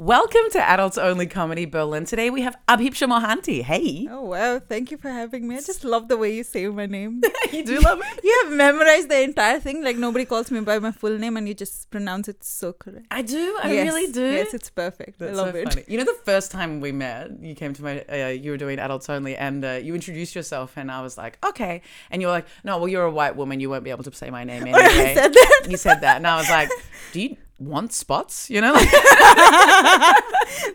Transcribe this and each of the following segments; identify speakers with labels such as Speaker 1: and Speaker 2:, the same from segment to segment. Speaker 1: Welcome to Adults Only Comedy Berlin. Today we have Abhip Mohanty. Hey.
Speaker 2: Oh wow! Thank you for having me. I just love the way you say my name.
Speaker 1: You do love it?
Speaker 2: you have memorized the entire thing. Like nobody calls me by my full name, and you just pronounce it so correct.
Speaker 1: I do. I
Speaker 2: Yes,
Speaker 1: really do.
Speaker 2: Yes, it's perfect. I
Speaker 1: That's
Speaker 2: love
Speaker 1: so
Speaker 2: it.
Speaker 1: funny. You know, the first time we met, you came to my, uh, you were doing adults only, and uh, you introduced yourself, and I was like, okay, and you were like, no, well, you're a white woman, you won't be able to say my name anyway.
Speaker 2: said that.
Speaker 1: You said that, and I was like, do you want spots? You know, like,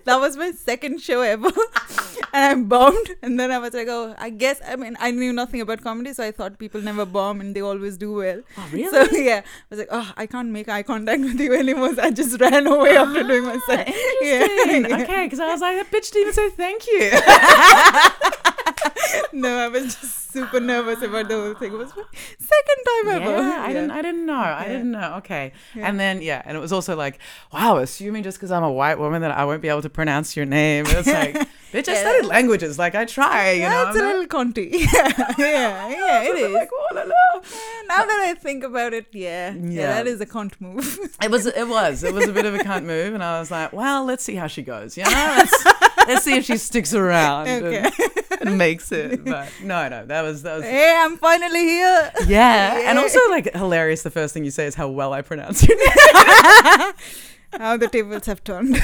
Speaker 2: That was my second show ever, and I bombed. And then I was like, oh, I guess. I mean, I knew nothing about comedy, so I thought people never bomb and they always do well.
Speaker 1: oh, really?
Speaker 2: So yeah, I was like, oh, I can't make eye contact with you anymore. So I just ran away after doing my
Speaker 1: Ah.
Speaker 2: set.
Speaker 1: Interesting. Okay, because I was like, that bitch didn't even say thank you.
Speaker 2: No, I was just super nervous about the whole thing. It was my second time
Speaker 1: Yeah,
Speaker 2: ever.
Speaker 1: I didn't. I didn't know. I
Speaker 2: Yeah.
Speaker 1: didn't know. Okay, and then yeah, and it was also like, wow, assuming just because I'm a white woman that I won't be able to pronounce your name. It's like, bitch, I
Speaker 2: Yeah.
Speaker 1: studied languages. Like I try, you know.
Speaker 2: Yeah, it's
Speaker 1: I'm
Speaker 2: a
Speaker 1: not-
Speaker 2: little conti. yeah, yeah, it is.
Speaker 1: Like, oh, la, la.
Speaker 2: now that I think about it, yeah, yeah,
Speaker 1: Yeah.
Speaker 2: that is a cont move.
Speaker 1: It was. It was. It was a bit of a cunt move, and I was like, well, let's see how she goes. You know, let's, let's see if she sticks around
Speaker 2: Okay.
Speaker 1: and, and makes it. But no, no, that was that was.
Speaker 2: hey, I'm finally here.
Speaker 1: Yeah. and
Speaker 2: Yeah.
Speaker 1: also like hilarious. The first thing you say is how well I pronounce your name.
Speaker 2: Now the tables have turned.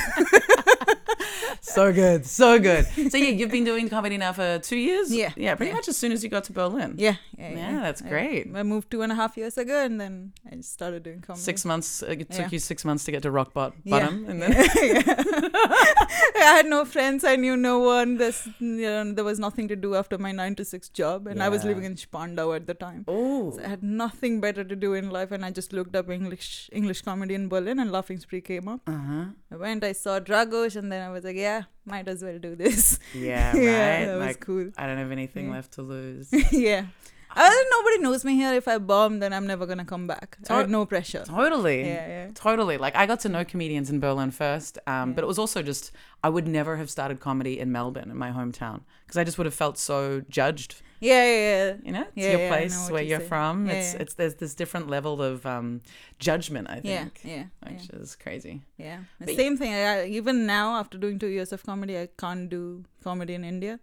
Speaker 1: So good, so good. So yeah, you've been doing comedy now for two years.
Speaker 2: Yeah.
Speaker 1: yeah, pretty
Speaker 2: Yeah.
Speaker 1: much as soon as you got to Berlin.
Speaker 2: yeah, yeah,
Speaker 1: Yeah, that's
Speaker 2: I-
Speaker 1: great.
Speaker 2: I, moved two and a half years ago, and then I just started doing comedy.
Speaker 1: Six months. uh, It took
Speaker 2: Yeah.
Speaker 1: you six months to get to rock bot-
Speaker 2: Yeah.
Speaker 1: bottom, and then
Speaker 2: I had no friends. I knew no one. This, you know, there was nothing to do after my nine to six job, and I was
Speaker 1: Yeah.
Speaker 2: living in Spandau at the time.
Speaker 1: oh,
Speaker 2: I had nothing better to do in life, and I just looked up English English comedy in Berlin, and Laughing Spree came up.
Speaker 1: uh huh,
Speaker 2: I went, I saw Dragos, and then I was like, yeah, might as well do this.
Speaker 1: yeah, right.
Speaker 2: yeah, that was
Speaker 1: like
Speaker 2: cool.
Speaker 1: I don't have anything
Speaker 2: Yeah.
Speaker 1: left to lose.
Speaker 2: yeah. I was like, nobody knows me here. If I bomb, then I'm never gonna come back.
Speaker 1: So-
Speaker 2: I had no pressure.
Speaker 1: totally.
Speaker 2: Yeah, yeah.
Speaker 1: Totally. Like I got to know comedians in Berlin first, um,
Speaker 2: Yeah.
Speaker 1: but it was also just I would never have started comedy in Melbourne, in my hometown, because I just would have felt so judged.
Speaker 2: Yeah, yeah, yeah.
Speaker 1: You know, it's
Speaker 2: Yeah,
Speaker 1: your
Speaker 2: yeah, I know
Speaker 1: place
Speaker 2: what
Speaker 1: where
Speaker 2: you
Speaker 1: you're
Speaker 2: say.
Speaker 1: from.
Speaker 2: Yeah,
Speaker 1: it's
Speaker 2: yeah.
Speaker 1: it's there's this different level of um, judgment. I think.
Speaker 2: Yeah, yeah, yeah,
Speaker 1: which is crazy.
Speaker 2: yeah. The
Speaker 1: But-
Speaker 2: Same thing. I, I- even now, after doing two years of comedy, I can't do comedy in India.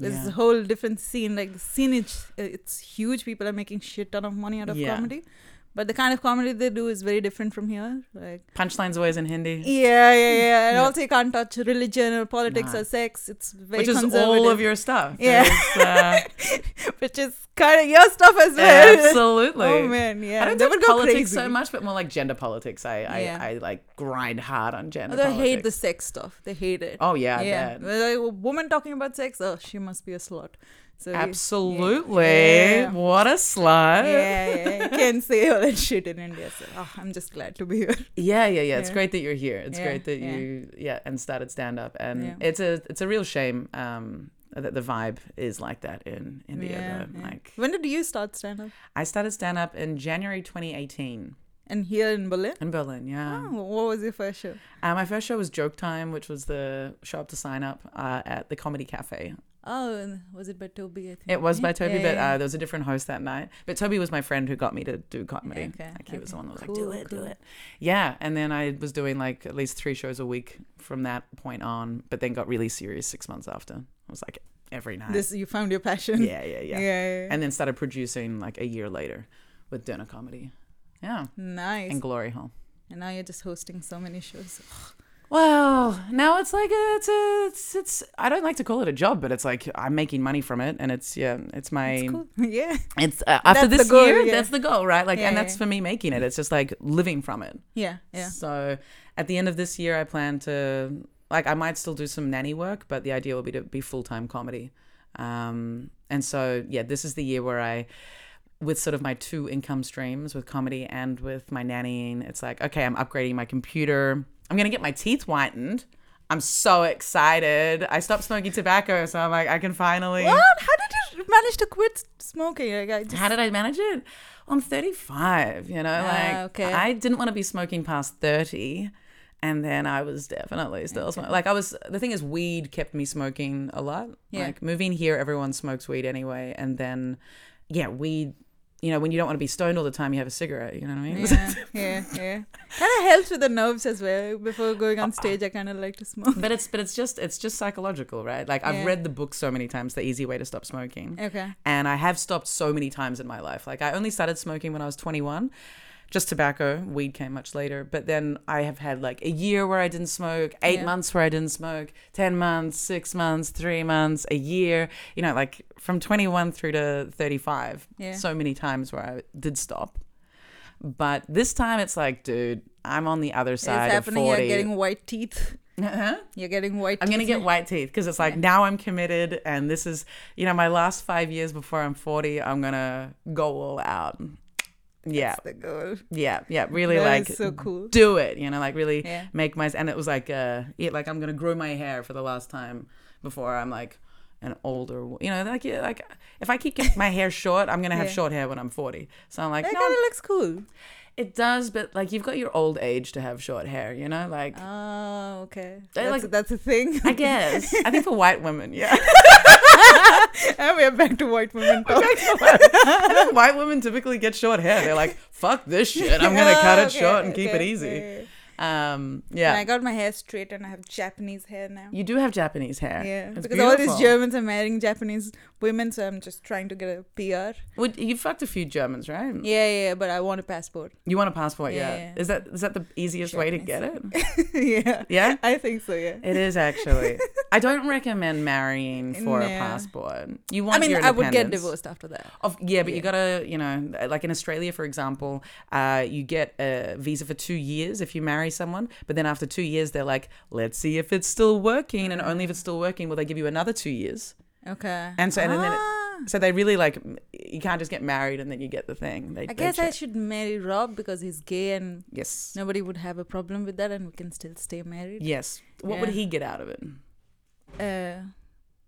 Speaker 2: There's
Speaker 1: Yeah.
Speaker 2: a whole different scene. Like the scene, it's, it's huge. People are making shit ton of money out of
Speaker 1: Yeah.
Speaker 2: comedy, but the kind of comedy they do is very different from here. Like
Speaker 1: Punchline's always in Hindi,
Speaker 2: yeah, yeah, yeah. And
Speaker 1: Yeah.
Speaker 2: also, you can't touch religion or politics
Speaker 1: Nah.
Speaker 2: or sex. It's very
Speaker 1: which is
Speaker 2: conservative,
Speaker 1: all of your stuff.
Speaker 2: Yeah.
Speaker 1: It's, uh,
Speaker 2: which is kind of your stuff as well.
Speaker 1: absolutely.
Speaker 2: Oh man, yeah.
Speaker 1: I don't
Speaker 2: They
Speaker 1: do
Speaker 2: would go
Speaker 1: politics
Speaker 2: crazy.
Speaker 1: so much, but more like gender politics. I, I,
Speaker 2: Yeah.
Speaker 1: I like grind hard on gender.
Speaker 2: Although I
Speaker 1: politics.
Speaker 2: hate the sex stuff. They hate it.
Speaker 1: Oh yeah, I
Speaker 2: yeah.
Speaker 1: bet.
Speaker 2: Like, a woman talking about sex, oh, she must be a slut. So you-
Speaker 1: Absolutely.
Speaker 2: Yeah.
Speaker 1: What a slut.
Speaker 2: Yeah, yeah, you can't say all that shit in India. So, oh, I'm just glad to be here.
Speaker 1: Yeah, yeah, yeah. It's
Speaker 2: Yeah.
Speaker 1: great that you're here. It's
Speaker 2: Yeah,
Speaker 1: great that
Speaker 2: yeah.
Speaker 1: you yeah and started stand up and
Speaker 2: Yeah.
Speaker 1: it's a it's a real shame um that the vibe is like that in India.
Speaker 2: Yeah,
Speaker 1: though.
Speaker 2: yeah.
Speaker 1: Like
Speaker 2: When did you start stand up?
Speaker 1: I started stand up in January 2018
Speaker 2: And here in Berlin?
Speaker 1: in Berlin. Yeah.
Speaker 2: Oh, what was your first show?
Speaker 1: Uh, my first show was Joke Time, which was the show up to sign up uh, at the Comedy Cafe.
Speaker 2: Oh, and was it by Toby? I think
Speaker 1: It was by
Speaker 2: Yeah,
Speaker 1: Toby,
Speaker 2: yeah,
Speaker 1: but
Speaker 2: yeah.
Speaker 1: uh, there was a different host that night. But Toby was my friend who got me to do comedy.
Speaker 2: Okay,
Speaker 1: Like he was the
Speaker 2: okay.
Speaker 1: one that was
Speaker 2: Cool,
Speaker 1: like, do it,
Speaker 2: cool.
Speaker 1: do it. Yeah. And then I was doing like at least three shows a week from that point on, but then got really serious six months after. I was like, every night.
Speaker 2: this you found your passion.
Speaker 1: yeah, yeah, yeah,
Speaker 2: yeah. yeah, yeah.
Speaker 1: And then started producing like a year later with Dinner Comedy. Yeah.
Speaker 2: nice.
Speaker 1: And Glory Hall.
Speaker 2: and now you're just hosting so many shows.
Speaker 1: Well, now it's like a, it's, a, it's it's I don't like to call it a job, but it's like I'm making money from it, and it's yeah, it's my
Speaker 2: It's cool. yeah,
Speaker 1: It's uh, after
Speaker 2: That's the
Speaker 1: this
Speaker 2: goal,
Speaker 1: year,
Speaker 2: yeah.
Speaker 1: that's the goal, right? Like,
Speaker 2: Yeah,
Speaker 1: and
Speaker 2: yeah,
Speaker 1: that's
Speaker 2: yeah.
Speaker 1: for me making it. It's just like living from it.
Speaker 2: yeah, yeah.
Speaker 1: So at the end of this year, I plan to like I might still do some nanny work, but the idea will be to be full time comedy. Um, and so yeah, this is the year where I. With sort of my two income streams with comedy and with my nannying, it's like, okay, I'm upgrading my computer. I'm gonna get my teeth whitened. I'm so excited. I stopped smoking tobacco, so I'm like, I can finally.
Speaker 2: What? Oh, How did you manage to quit smoking? Like, I just,
Speaker 1: How did I manage it? Well, I'm 35, you know, like
Speaker 2: Ah, okay.
Speaker 1: I didn't want to be smoking past 30. And then I was definitely still smoking. Like I was, the thing is, weed kept me smoking a lot.
Speaker 2: Yeah.
Speaker 1: Like moving here, everyone smokes weed anyway. And then, yeah, weed you know, when you don't want to be stoned all the time, you have a cigarette. You know what I mean?
Speaker 2: yeah, yeah, yeah. Kind of helps with the nerves as well. Before going on stage, I kind of like to smoke.
Speaker 1: but it's but it's just it's just psychological, right? Like I've
Speaker 2: Yeah.
Speaker 1: read the book so many times, The Easy Way to Stop Smoking,
Speaker 2: Okay.
Speaker 1: and I have stopped so many times in my life. Like I only started smoking when I was 21. Just tobacco, weed came much later. But then I have had like a year where I didn't smoke, eight
Speaker 2: Yeah.
Speaker 1: months where I didn't smoke, 10 months, six months, three months, a year, you know, like from 21 through to 35.
Speaker 2: Yeah.
Speaker 1: So many times where I did stop. But this time it's like, dude, I'm on the other
Speaker 2: It's
Speaker 1: side of
Speaker 2: happening.
Speaker 1: 40.
Speaker 2: You're getting white teeth.
Speaker 1: Uh-huh.
Speaker 2: You're getting white.
Speaker 1: I'm gonna
Speaker 2: teeth.
Speaker 1: get white teeth because it's like now I'm committed, and this is you know my last five years before I'm 40. I'm gonna go all out. Yeah,
Speaker 2: That's the goal.
Speaker 1: yeah, yeah. Really
Speaker 2: That
Speaker 1: like
Speaker 2: is so cool.
Speaker 1: do it. You know, like really
Speaker 2: Yeah.
Speaker 1: make my and it was like uh yeah, like I'm gonna grow my hair for the last time before I'm like an older. wo- You know, like yeah, like if I keep getting my hair short, I'm gonna have
Speaker 2: Yeah.
Speaker 1: short hair when I'm 40. So I'm like,
Speaker 2: That
Speaker 1: no,
Speaker 2: kind of looks cool.
Speaker 1: it does, but like you've got your old age to have short hair. You know, like
Speaker 2: Oh, okay.
Speaker 1: I
Speaker 2: That's,
Speaker 1: like-
Speaker 2: that's a thing.
Speaker 1: I guess I think for white women, yeah.
Speaker 2: and we're back to white women talk.
Speaker 1: I think white women typically get short hair. They're like, fuck this shit. I'm going to cut it
Speaker 2: Okay,
Speaker 1: short and keep it
Speaker 2: okay,
Speaker 1: easy.
Speaker 2: yeah.
Speaker 1: Um,
Speaker 2: And
Speaker 1: yeah.
Speaker 2: I got my hair straight and I have Japanese hair now.
Speaker 1: You do have Japanese hair.
Speaker 2: Yeah.
Speaker 1: It's
Speaker 2: because all
Speaker 1: beautiful.
Speaker 2: these Germans are marrying Japanese women, so I'm just trying to get a PR.
Speaker 1: Would, you fucked a few Germans, right?
Speaker 2: Yeah, yeah, but I want a passport.
Speaker 1: You want a passport, yeah.
Speaker 2: Yeah.
Speaker 1: Is that is that the easiest way to get it?
Speaker 2: yeah.
Speaker 1: Yeah.
Speaker 2: I think so, yeah.
Speaker 1: It is actually. I don't recommend marrying for a
Speaker 2: No.
Speaker 1: passport. You want
Speaker 2: I mean,
Speaker 1: your
Speaker 2: I would get
Speaker 1: independence.
Speaker 2: divorced after that.
Speaker 1: Of, yeah, but you
Speaker 2: Yeah.
Speaker 1: gotta, you know, uh, like in Australia, for example, uh, you get a visa for two years if you marry someone, but then after two years, they're like, let's see if it's still working, and only if it's still working will they give you another two years.
Speaker 2: Okay.
Speaker 1: And so- and then it-
Speaker 2: Ah,
Speaker 1: So they really like, m- you can't just get married and then you get the thing. They,
Speaker 2: I
Speaker 1: they
Speaker 2: guess I
Speaker 1: check.
Speaker 2: should marry Rob because he's gay and
Speaker 1: yes,
Speaker 2: nobody would have a problem with that and we can still stay married.
Speaker 1: yes. What would
Speaker 2: Yeah.
Speaker 1: he get out of it?
Speaker 2: Uh,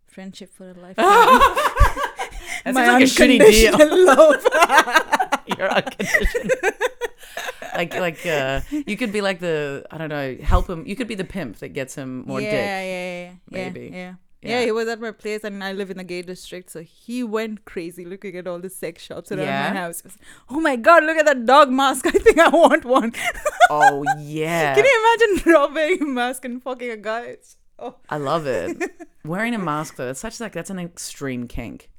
Speaker 2: friendship for a lifetime.
Speaker 1: That
Speaker 2: My
Speaker 1: seems like a shitty deal.
Speaker 2: unconditional love.
Speaker 1: You're unconditional. like like uh, you could be like the I don't know help him. You could be the pimp that gets him more
Speaker 2: yeah,
Speaker 1: dick.
Speaker 2: Yeah, yeah, yeah.
Speaker 1: maybe.
Speaker 2: Yeah.
Speaker 1: Yeah.
Speaker 2: Yeah. he was at my place and I live in the gay district, so he went crazy looking at all the sex shops around
Speaker 1: Yeah.
Speaker 2: my house. He was, oh my god, look at that dog mask. I think I want one.
Speaker 1: Oh yeah.
Speaker 2: Can you imagine Rob wearing a mask and fucking a guy? It's- Oh.
Speaker 1: I love it. Wearing a mask though, it's such like that's an extreme kink.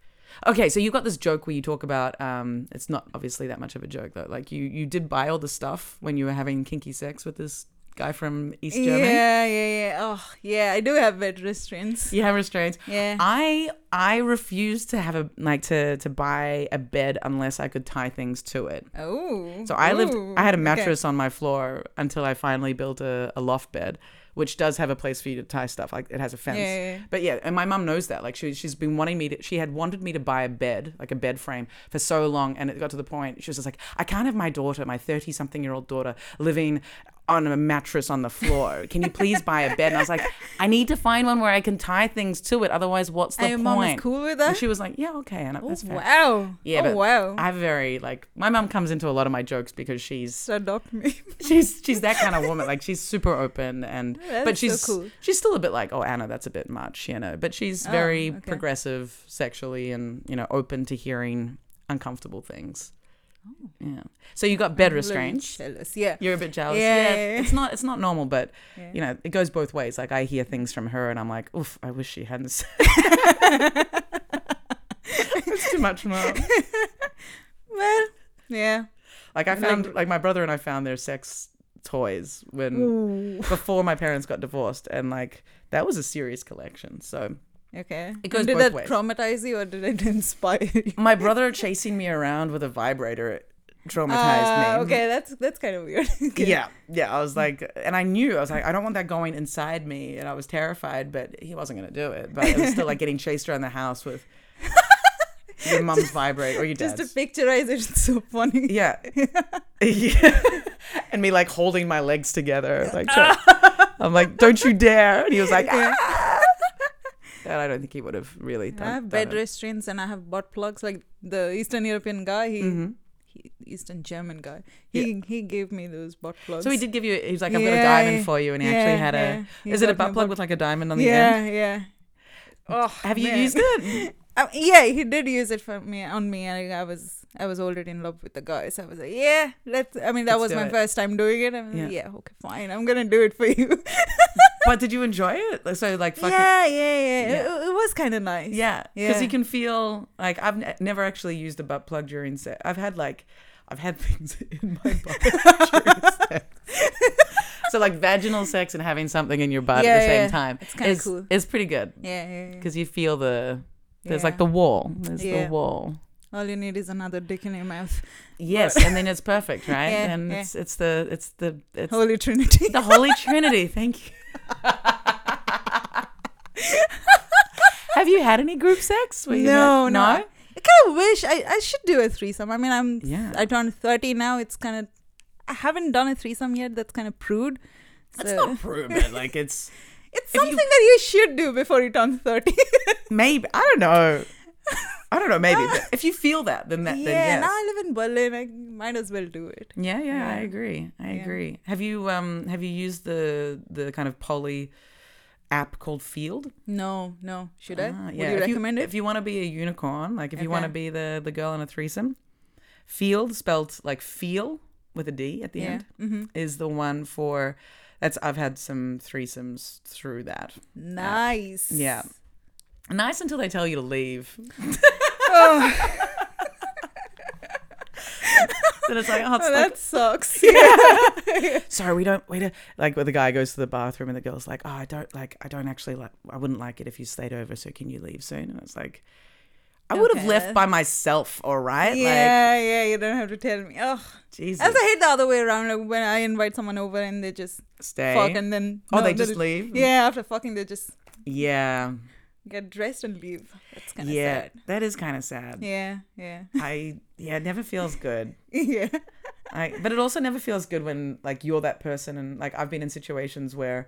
Speaker 1: Okay, so you got this joke where you talk about um it's not obviously that much of a joke though. Like you you did buy all the stuff when you were having kinky sex with this guy from East Germany.
Speaker 2: Yeah, yeah, yeah. Oh, yeah, I do have bed restraints.
Speaker 1: You have restraints.
Speaker 2: Yeah.
Speaker 1: I I refuse to have a like to to buy a bed unless I could tie things to it.
Speaker 2: Oh.
Speaker 1: So I lived
Speaker 2: Ooh.
Speaker 1: I had a
Speaker 2: Okay.
Speaker 1: mattress on my floor until I finally built a, a loft bed, which does have a place for you to tie stuff. Like it has a fence.
Speaker 2: Yeah, yeah, yeah.
Speaker 1: But yeah, and my mum knows that. Like she she's been wanting me to she had wanted me to buy a bed, like a bed frame, for so long and it got to the point she was just like, I can't have my daughter, my thirty something year old daughter, living on a mattress on the floor. Can you please buy a bed? And I was like, I need to find one where I can tie things to it. Otherwise, what's the
Speaker 2: And your
Speaker 1: point?
Speaker 2: mom is cool with
Speaker 1: And
Speaker 2: that?
Speaker 1: she was like, Yeah, okay. And I, that's fair.
Speaker 2: Wow.
Speaker 1: Yeah,
Speaker 2: oh,
Speaker 1: but
Speaker 2: wow.
Speaker 1: I very like my mum comes into a lot of my jokes because she's
Speaker 2: So adopt me.
Speaker 1: she's she's that kind of woman. Like she's super open and
Speaker 2: That
Speaker 1: but
Speaker 2: is
Speaker 1: she's
Speaker 2: so cool.
Speaker 1: she's still a bit like, oh Anna, that's a bit much, you know. But she's
Speaker 2: Oh,
Speaker 1: very
Speaker 2: okay.
Speaker 1: progressive sexually and you know open to hearing uncomfortable things. Yeah. So you got bed
Speaker 2: Oh. I'm a little
Speaker 1: restraints.
Speaker 2: Jealous. Yeah.
Speaker 1: You're a bit jealous.
Speaker 2: Yeah,
Speaker 1: Yeah,
Speaker 2: yeah, yeah.
Speaker 1: It's not it's not normal, but
Speaker 2: Yeah.
Speaker 1: you know it goes both ways. Like I hear things from her and I'm like, oof, I wish she hadn't. said It's too much, mom.
Speaker 2: well, yeah.
Speaker 1: Like I
Speaker 2: Like-
Speaker 1: found like my brother and I found their sex toys when. before my parents got divorced and like that was a serious collection so
Speaker 2: Okay.
Speaker 1: It goes
Speaker 2: did
Speaker 1: both
Speaker 2: that
Speaker 1: ways.
Speaker 2: traumatize you or did it inspire you?
Speaker 1: my brother chasing me around with a vibrator it traumatized
Speaker 2: Ah,
Speaker 1: me
Speaker 2: Okay, that's that's kind of weird. Okay.
Speaker 1: yeah yeah i was like and i knew i was like i don't want that going inside me and i was terrified but he wasn't going to do it but it was still like getting chased around the house with your mum's vibrator or your
Speaker 2: Just
Speaker 1: dad's
Speaker 2: to picturize it, it's so funny.
Speaker 1: yeah. yeah. and me like holding my legs together like try- i'm like don't you dare and he was like
Speaker 2: Yeah.
Speaker 1: "Ah." and i don't think he would have really done,
Speaker 2: I have
Speaker 1: done
Speaker 2: bed
Speaker 1: it.
Speaker 2: restraints and I have butt plugs. Like the Eastern European guy, he,
Speaker 1: Mhm.
Speaker 2: he Eastern German guy, he he gave me those butt plugs.
Speaker 1: So he did give you. He was like, "I've got a
Speaker 2: Yeah,
Speaker 1: diamond
Speaker 2: yeah.
Speaker 1: for you," and he
Speaker 2: Yeah,
Speaker 1: actually had a.
Speaker 2: yeah. He
Speaker 1: Is it a Oh,
Speaker 2: got my
Speaker 1: butt plug with like a diamond on the
Speaker 2: yeah,
Speaker 1: end?
Speaker 2: yeah.
Speaker 1: Have you
Speaker 2: man.
Speaker 1: used it?
Speaker 2: Um, yeah, he did use it for me on me, and I, I was I was already in love with the guy, so I was like, yeah, let's. I mean, that
Speaker 1: Let's
Speaker 2: was
Speaker 1: do
Speaker 2: my
Speaker 1: it.
Speaker 2: first time doing it. I was like,
Speaker 1: Yeah.
Speaker 2: yeah, okay, fine, I'm gonna do it for you.
Speaker 1: But did you enjoy it? Like, So like fucking
Speaker 2: yeah, yeah, yeah,
Speaker 1: Yeah.
Speaker 2: It, it was kind of nice.
Speaker 1: Yeah, because
Speaker 2: Yeah.
Speaker 1: you can feel like I've n- never actually used a butt plug during sex. I've had like I've had things in my butt during sex. so like vaginal sex and having something in your butt at
Speaker 2: Yeah,
Speaker 1: the same
Speaker 2: yeah.
Speaker 1: time
Speaker 2: It's kinda
Speaker 1: is-
Speaker 2: cool.
Speaker 1: is pretty good
Speaker 2: yeah, yeah. yeah.
Speaker 1: because you feel the there's
Speaker 2: Yeah.
Speaker 1: like the wall. There's
Speaker 2: Yeah.
Speaker 1: the wall.
Speaker 2: All you need is another dick in your mouth.
Speaker 1: Yes, and then it's perfect, right?
Speaker 2: Yeah,
Speaker 1: and
Speaker 2: yeah.
Speaker 1: it's it's the it's the it's
Speaker 2: Holy Trinity.
Speaker 1: the Holy Trinity. Thank you. Have you had any group sex? Were you
Speaker 2: No,
Speaker 1: like-
Speaker 2: no. I, kind of wish I, I should do a threesome. I mean, I'm
Speaker 1: Yeah.
Speaker 2: I turned thirty now. It's kind of I haven't done a threesome yet. That's kind of prude.
Speaker 1: That's
Speaker 2: So-
Speaker 1: not proof. man. Like it's
Speaker 2: It's
Speaker 1: If you-
Speaker 2: something that you should do before you turn 30.
Speaker 1: maybe I don't know. I don't know. Maybe But if you feel that, then that
Speaker 2: yeah,
Speaker 1: then yes.
Speaker 2: now I live in Berlin. I might as well do it.
Speaker 1: yeah, yeah, I
Speaker 2: Yeah.
Speaker 1: agree. I
Speaker 2: Yeah.
Speaker 1: agree. Have you um have you used the the kind of poly app called Field?
Speaker 2: No, no. Should I?
Speaker 1: Ah,
Speaker 2: Would
Speaker 1: yeah.
Speaker 2: you
Speaker 1: if
Speaker 2: recommend it?
Speaker 1: If you want to be a unicorn, like if you want to
Speaker 2: Okay.
Speaker 1: be the the girl in a threesome, Field spelled like feel with a D at the
Speaker 2: yeah.
Speaker 1: end
Speaker 2: Mm-hmm.
Speaker 1: is the one for. That's I've had some threesomes through that.
Speaker 2: Nice.
Speaker 1: Yeah. Nice until they tell you to leave.
Speaker 2: Oh,
Speaker 1: Then it's like, oh, it's like,
Speaker 2: that sucks. Yeah.
Speaker 1: sorry, we don't wait. A, like, where the guy goes to the bathroom and the girl's like, oh, I don't like, I don't actually like, I wouldn't like it if you stayed over. So can you leave soon? And it's like, I would have
Speaker 2: Okay.
Speaker 1: left by myself. All right, like,
Speaker 2: yeah, yeah. You don't have to tell me. Oh,
Speaker 1: Jesus,
Speaker 2: as I hate the other way around. Like when I invite someone over and they just
Speaker 1: stay.
Speaker 2: fuck and then
Speaker 1: oh,
Speaker 2: no,
Speaker 1: they just leave.
Speaker 2: Yeah, after fucking they just
Speaker 1: yeah,
Speaker 2: get dressed and leave. That's kind of
Speaker 1: yeah.
Speaker 2: sad.
Speaker 1: That is kind of sad.
Speaker 2: Yeah, yeah,
Speaker 1: I yeah, it never feels good.
Speaker 2: yeah.
Speaker 1: I, but it also never feels good when like you're that person and like I've been in situations where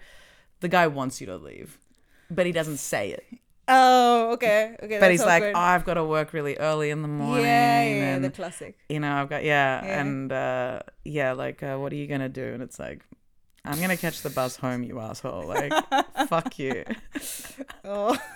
Speaker 1: the guy wants you to leave, but he doesn't say it.
Speaker 2: Oh, okay, okay.
Speaker 1: But he's
Speaker 2: that's
Speaker 1: like,
Speaker 2: awkward.
Speaker 1: oh, I've got to work really early in the morning.
Speaker 2: yeah, yeah, yeah,
Speaker 1: and,
Speaker 2: the classic.
Speaker 1: you know, I've got yeah,
Speaker 2: Yeah.
Speaker 1: and uh, yeah, like, uh, what are you gonna do? And it's like, I'm gonna catch the bus home, you asshole. Like, fuck you.
Speaker 2: Oh.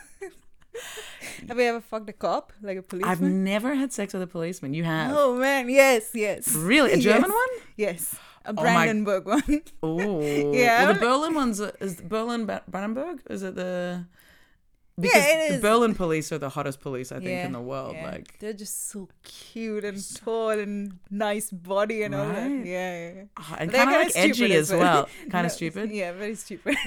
Speaker 2: have you ever fucked a cop, like a
Speaker 1: I've
Speaker 2: policeman?
Speaker 1: never had sex with a policeman. You have
Speaker 2: Oh man, yes, yes.
Speaker 1: really a German
Speaker 2: Yes, a
Speaker 1: Oh my-
Speaker 2: Brandenburg one.
Speaker 1: one? Ooh,
Speaker 2: Yeah.
Speaker 1: Well, the Berlin ones are- is Berlin Ba- Brandenburg? Is it the? Because
Speaker 2: it
Speaker 1: the
Speaker 2: is.
Speaker 1: Berlin police are the hottest police I think
Speaker 2: Yeah,
Speaker 1: in the world.
Speaker 2: yeah.
Speaker 1: Like,
Speaker 2: they're just so cute and tall and nice body and all that.
Speaker 1: Right.
Speaker 2: Yeah, yeah.
Speaker 1: ah, and
Speaker 2: They're
Speaker 1: kind of
Speaker 2: kinda
Speaker 1: like
Speaker 2: stupid
Speaker 1: edgy as well. Kind
Speaker 2: No,
Speaker 1: of stupid.
Speaker 2: Yeah, very stupid.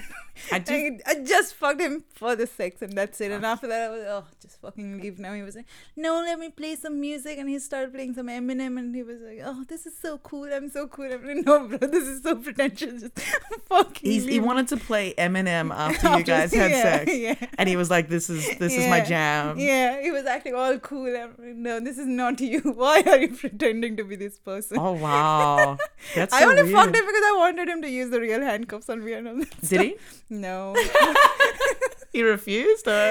Speaker 1: I Ah. do
Speaker 2: I, I just fucked him for the sex and that's it. And after that, I was oh, just fucking leave now. He was like, no, let me play some music. And he started playing some Eminem and he was like, oh, this is so cool. I'm so cool. I'm like, no, bro, this is so pretentious. Just fucking
Speaker 1: He's, he
Speaker 2: leave."
Speaker 1: wanted to play Eminem after you
Speaker 2: mm. After-
Speaker 1: guys had
Speaker 2: yeah,
Speaker 1: sex, Um,
Speaker 2: Yeah.
Speaker 1: and he was like, "This is this is my
Speaker 2: Yeah.
Speaker 1: jam."
Speaker 2: yeah, he was acting all cool. I'm like, no, this is not you. Why are you pretending to be this person?
Speaker 1: Oh wow, that's so
Speaker 2: I only
Speaker 1: weird.
Speaker 2: fucked him because I wanted him to use the real handcuffs on me and all that.
Speaker 1: Did he?
Speaker 2: No.
Speaker 1: He refused, or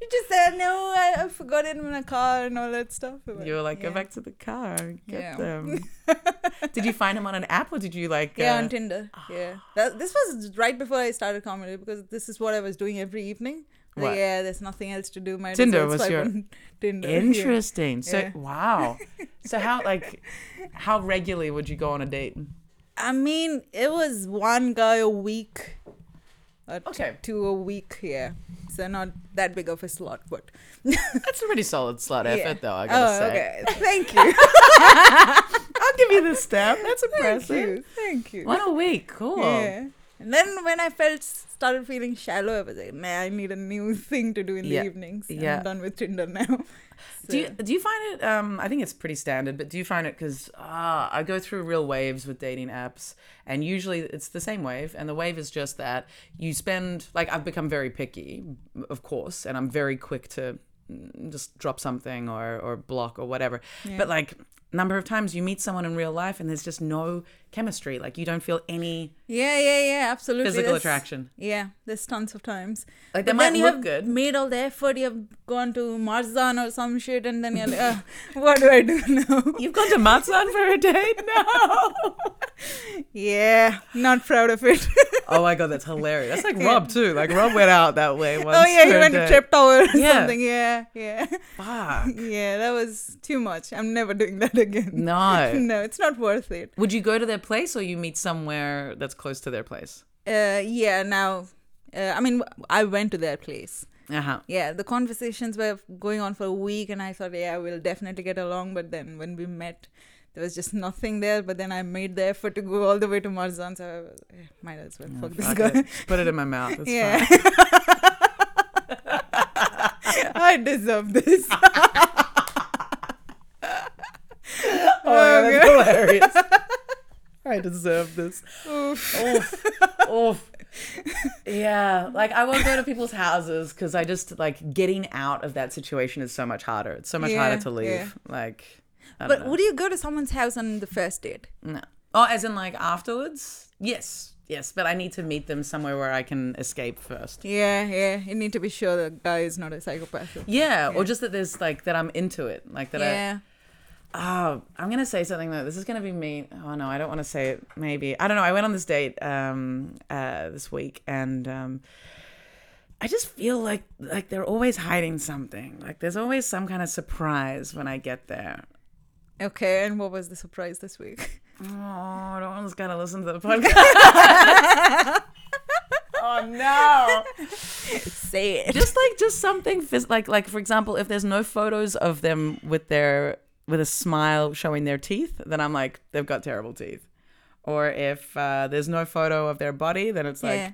Speaker 2: You just said no. I, I forgot it in my car and all that stuff. It was-
Speaker 1: you were like,
Speaker 2: yeah.
Speaker 1: "Go back to the car, and get
Speaker 2: Yeah.
Speaker 1: them." did you find him on an app, or did you like?
Speaker 2: Yeah,
Speaker 1: uh,
Speaker 2: on Tinder. Yeah, that, this was right before I started comedy because this is what I was doing every evening. Like,
Speaker 1: Right.
Speaker 2: yeah, there's nothing else to do. My
Speaker 1: Tinder was your-
Speaker 2: Tinder. yeah.
Speaker 1: Interesting. So
Speaker 2: Yeah.
Speaker 1: wow. So how like how regularly would you go on a date?
Speaker 2: I mean, it was one guy a week, or t-
Speaker 1: Okay.
Speaker 2: two a week. Yeah, so not that big of a slot, but
Speaker 1: That's a pretty solid slut
Speaker 2: yeah.
Speaker 1: effort, though. I gotta
Speaker 2: oh,
Speaker 1: say.
Speaker 2: okay. Thank you.
Speaker 1: I'll give you the stamp. That's
Speaker 2: Thank
Speaker 1: impressive.
Speaker 2: you. Thank you.
Speaker 1: One a week, cool.
Speaker 2: Yeah. And then when I felt started feeling shallow, I was like, man, I need a new thing to do in
Speaker 1: Yeah.
Speaker 2: the evenings.
Speaker 1: Yeah.
Speaker 2: I'm done with Tinder now.
Speaker 1: Do you,
Speaker 2: So-
Speaker 1: do you find it? Um, I think it's pretty standard, but do you find it because ah, I go through real waves with dating apps, and usually it's the same wave, and the wave is just that you spend like I've become very picky, of course, and I'm very quick to mm, just drop something or or block or whatever. But like number of times you meet someone in real life, and there's just no chemistry. Like you don't feel any
Speaker 2: yeah, yeah, yeah, absolutely.
Speaker 1: physical
Speaker 2: There's-
Speaker 1: attraction.
Speaker 2: Yeah, there's tons of times.
Speaker 1: Like
Speaker 2: But
Speaker 1: they might
Speaker 2: then you
Speaker 1: look
Speaker 2: have
Speaker 1: good.
Speaker 2: made all the effort. You have gone to Marzan or some shit, and then you're like, uh, what do I do now?
Speaker 1: You've gone to Matsan for a date? No.
Speaker 2: yeah, not proud of it.
Speaker 1: Oh my god, that's hilarious. That's like Rob too. Like Rob went out that way once.
Speaker 2: oh yeah, he
Speaker 1: for a
Speaker 2: went to
Speaker 1: day.
Speaker 2: Trip Tower or
Speaker 1: Yeah.
Speaker 2: something. Yeah, yeah,
Speaker 1: Fuck.
Speaker 2: yeah. That was too much. I'm never doing that again.
Speaker 1: No.
Speaker 2: no, it's not worth it.
Speaker 1: Would you go to their place or you meet somewhere that's close to their place?
Speaker 2: Uh, yeah. Now, uh, I mean, I went to their place.
Speaker 1: Uh huh.
Speaker 2: yeah the conversations were going on for a week and i thought yeah we'll definitely get along but then when we met there was just nothing there but then i made the effort to go all the way to marzan so i was, eh, might as well fuck this guy
Speaker 1: Put Oh, it in my mouth. It's
Speaker 2: yeah
Speaker 1: fine.
Speaker 2: i deserve this
Speaker 1: Oh my god, that's hilarious. I deserve this. Oof. Oof. Yeah. Like I won't go to people's houses because I just like getting out of that situation is so much harder. It's so much harder
Speaker 2: Yeah,
Speaker 1: to leave.
Speaker 2: yeah.
Speaker 1: Like I don't
Speaker 2: but
Speaker 1: know.
Speaker 2: would you go to someone's house on the first date
Speaker 1: No. Oh, as in like afterwards? Yes. Yes, but I need to meet them somewhere where I can escape first.
Speaker 2: yeah yeah you need to be sure the guy is not a psychopath
Speaker 1: Yeah, or just that there's like that I'm into it, like that I
Speaker 2: yeah
Speaker 1: Oh, I'm gonna say something though. This is gonna be mean. Oh no, I don't want to say it. Maybe I don't know. I went on this date um, uh, this week, and um, I just feel like like they're always hiding something. Like there's always some kind of surprise when I get there.
Speaker 2: okay and what was the surprise this week
Speaker 1: Oh, no one's gonna listen to the podcast. oh no.
Speaker 2: say it
Speaker 1: just like just something phys- like like for example if there's no photos of them with their with a smile showing their teeth then i'm like they've got terrible teeth or if uh, there's no photo of their body then it's like
Speaker 2: yeah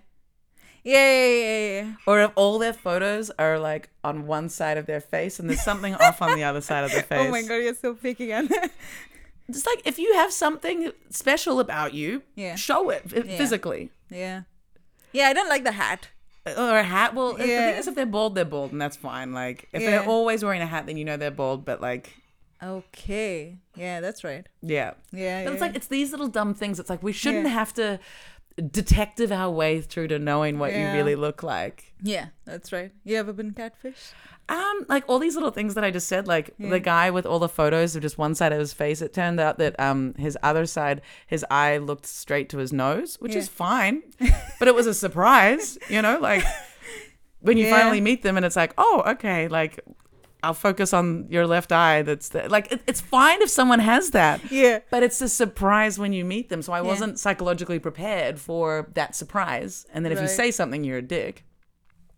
Speaker 2: yeah yeah yeah, yeah.
Speaker 1: or if all their photos are like on one side of their face and there's something off on the other side of the face
Speaker 2: Oh my god, you're so picky, Anna.
Speaker 1: it's like if you have something special about you
Speaker 2: Yeah.
Speaker 1: show it f- physically
Speaker 2: yeah. Yeah, I don't like the hat.
Speaker 1: or a hat well the
Speaker 2: Yeah.
Speaker 1: thing is if they're bald they're bald and that's fine like if
Speaker 2: Yeah.
Speaker 1: they're always wearing a hat then you know they're bald but like
Speaker 2: Okay. Yeah, that's right.
Speaker 1: yeah
Speaker 2: Yeah.
Speaker 1: But it's
Speaker 2: yeah.
Speaker 1: like it's these little dumb things. It's like we shouldn't
Speaker 2: Yeah.
Speaker 1: have to detective our way through to knowing what
Speaker 2: Yeah.
Speaker 1: you really look like.
Speaker 2: Yeah, that's right. You ever been catfish?
Speaker 1: Um, like all these little things that I just said, like the guy with all the photos of just one side of his face. It turned out that um his other side, his eye looked straight to his nose, which is fine, but it was a surprise, you know, like when you
Speaker 2: Yeah.
Speaker 1: finally meet them and it's like, oh, okay, like. I'll focus on your left eye. That's the, like it, it's fine if someone has that.
Speaker 2: Yeah.
Speaker 1: But it's a surprise when you meet them. So I wasn't psychologically prepared for that surprise. And then if you
Speaker 2: Right.
Speaker 1: say something, you're a dick,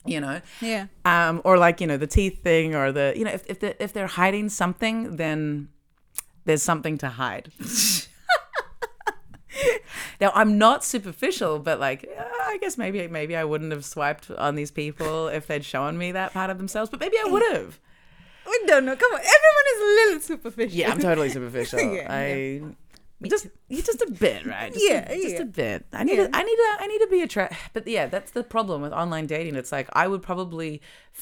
Speaker 1: you know?
Speaker 2: Yeah.
Speaker 1: Um, or like, you know, the teeth thing or the, you know, if, if, the, if they're hiding something, then there's something to hide. now, I'm not superficial, but like, uh, I guess maybe, maybe I wouldn't have swiped on these people if they'd shown me that part of themselves, but maybe I would have.
Speaker 2: We don't know. Come on. Everyone is a little superficial.
Speaker 1: Yeah, I'm totally superficial.
Speaker 2: Yeah,
Speaker 1: I just you just a bit, right? Just
Speaker 2: Yeah,
Speaker 1: a, just
Speaker 2: yeah.
Speaker 1: a bit. I need
Speaker 2: Yeah.
Speaker 1: to, I need to, I need to be attracted. But yeah, that's the problem with online dating. It's like I would probably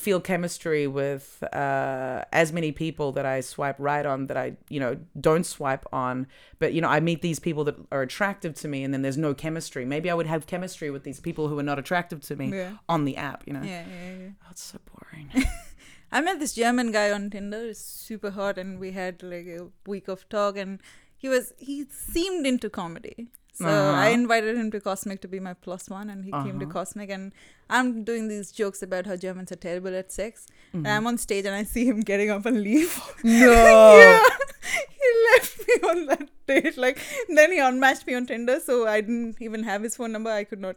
Speaker 1: feel chemistry with uh, as many people that I swipe right on that I you know don't swipe on. But you know, I meet these people that are attractive to me, and then there's no chemistry. Maybe I would have chemistry with these people who are not attractive to me
Speaker 2: Yeah.
Speaker 1: on the app. You know,
Speaker 2: Yeah, yeah, yeah.
Speaker 1: oh, it's so boring.
Speaker 2: I met this German guy on Tinder. He's super hot, and we had like a week of talk, and he was he seemed into comedy. So I
Speaker 1: Uh-huh.
Speaker 2: invited him to Cosmic to be my plus one, and he came to Cosmic, and I'm doing these jokes about how Germans are terrible at sex. And
Speaker 1: Mm-hmm.
Speaker 2: I'm on stage, and I see him getting up and leave.
Speaker 1: No.
Speaker 2: yeah, he left me on that date. Like then he unmatched me on Tinder, so I didn't even have his phone number. I could not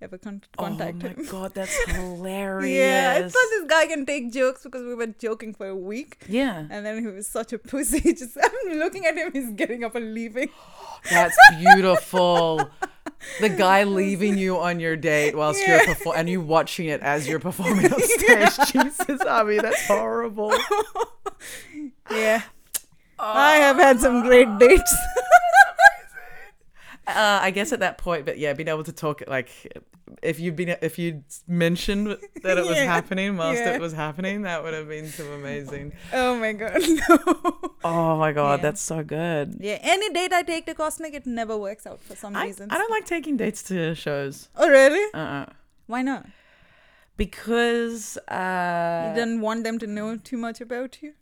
Speaker 2: ever con- contact
Speaker 1: oh my
Speaker 2: him.
Speaker 1: god, that's hilarious.
Speaker 2: Yeah, I thought this guy can take jokes because we were joking for a week.
Speaker 1: yeah.
Speaker 2: And then he was such a pussy. Just I'm looking at him, he's getting up and leaving.
Speaker 1: That's beautiful. the guy leaving you on your date whilst you're performing and you watching it as you're performing on stage. Jesus, I mean, that's horrible.
Speaker 2: Yeah. I have had some great dates.
Speaker 1: Uh, I guess at that point, but yeah, being able to talk like if you'd been if you'd mentioned that it was
Speaker 2: Yeah.
Speaker 1: happening whilst
Speaker 2: Yeah.
Speaker 1: it was happening, that would have been so amazing.
Speaker 2: oh my god, no.
Speaker 1: Oh my god,
Speaker 2: Yeah.
Speaker 1: that's so good.
Speaker 2: Yeah, any date I take to Cosmic, it never works out for some
Speaker 1: I,
Speaker 2: reason.
Speaker 1: I don't like taking dates to shows.
Speaker 2: Oh really?
Speaker 1: Uh uh
Speaker 2: Why not?
Speaker 1: Because uh
Speaker 2: you don't want them to know too much about you.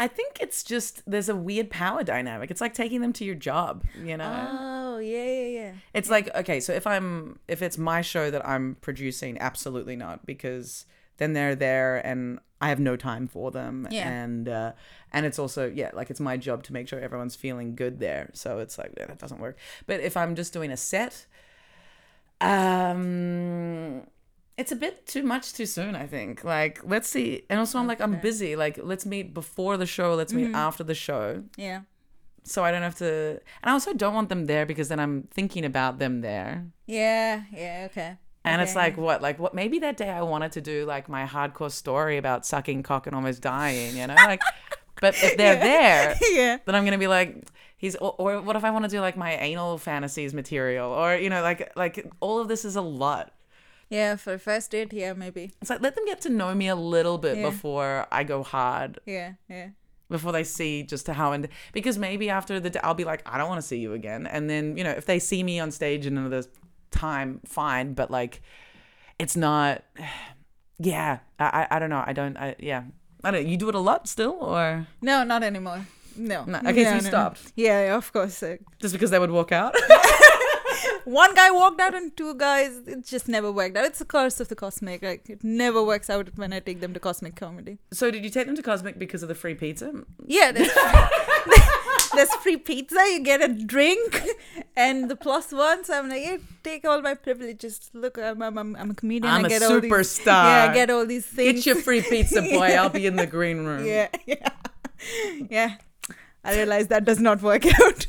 Speaker 1: I think it's just there's a weird power dynamic. It's like taking them to your job, you know.
Speaker 2: Oh yeah, yeah, yeah.
Speaker 1: It's like okay, so if I'm if it's my show that I'm producing, absolutely not, because then they're there and I have no time for them.
Speaker 2: Yeah.
Speaker 1: And uh, and it's also yeah, like it's my job to make sure everyone's feeling good there. So it's like yeah, that doesn't work. But if I'm just doing a set, um. It's a bit too much too soon, I think. Like, let's see. And also, I'm like, I'm busy. Like, let's meet before the show. Let's meet after the show
Speaker 2: Yeah.
Speaker 1: so I don't have to. And I also don't want them there because then I'm thinking about them there.
Speaker 2: Yeah, yeah, okay.
Speaker 1: And it's
Speaker 2: Okay.
Speaker 1: like what, like what? Maybe that day I wanted to do like my hardcore story about sucking cock and almost dying, you know, like. but if they're there,
Speaker 2: yeah.
Speaker 1: then I'm gonna be like, he's. Or, or what if I want to do like my anal fantasies material, or you know, like like all of this is a lot.
Speaker 2: Yeah, for a first date, yeah, maybe.
Speaker 1: It's like let them get to know me a little bit
Speaker 2: Yeah.
Speaker 1: before I go hard,
Speaker 2: Yeah, yeah.
Speaker 1: before they see just how and because maybe after the I'll be like I don't want to see you again and then you know if they see me on stage in another time fine but like it's not yeah I I, I don't know I don't I yeah I don't you do it a lot still or
Speaker 2: No, not anymore. No.
Speaker 1: No, okay, so
Speaker 2: No,
Speaker 1: you
Speaker 2: no, no.
Speaker 1: stopped.
Speaker 2: Yeah, yeah, of course. uh,
Speaker 1: just because they would walk out
Speaker 2: one guy walked out and two guys, it just never worked out. It's the curse of the cosmic. Like, it never works out when I take them to cosmic comedy.
Speaker 1: so did you take them to Cosmic because of the free pizza
Speaker 2: Yeah, there's, there's free pizza, you get a drink, and the plus one. So I'm like, yeah, take all my privileges. Look, I'm, I'm, I'm I'm a comedian.
Speaker 1: I'm
Speaker 2: I
Speaker 1: a
Speaker 2: get all these,
Speaker 1: superstar
Speaker 2: Yeah, I get all these things.
Speaker 1: get your free pizza boy I'll be in the green room
Speaker 2: yeah, yeah, yeah. I realize that does not work out.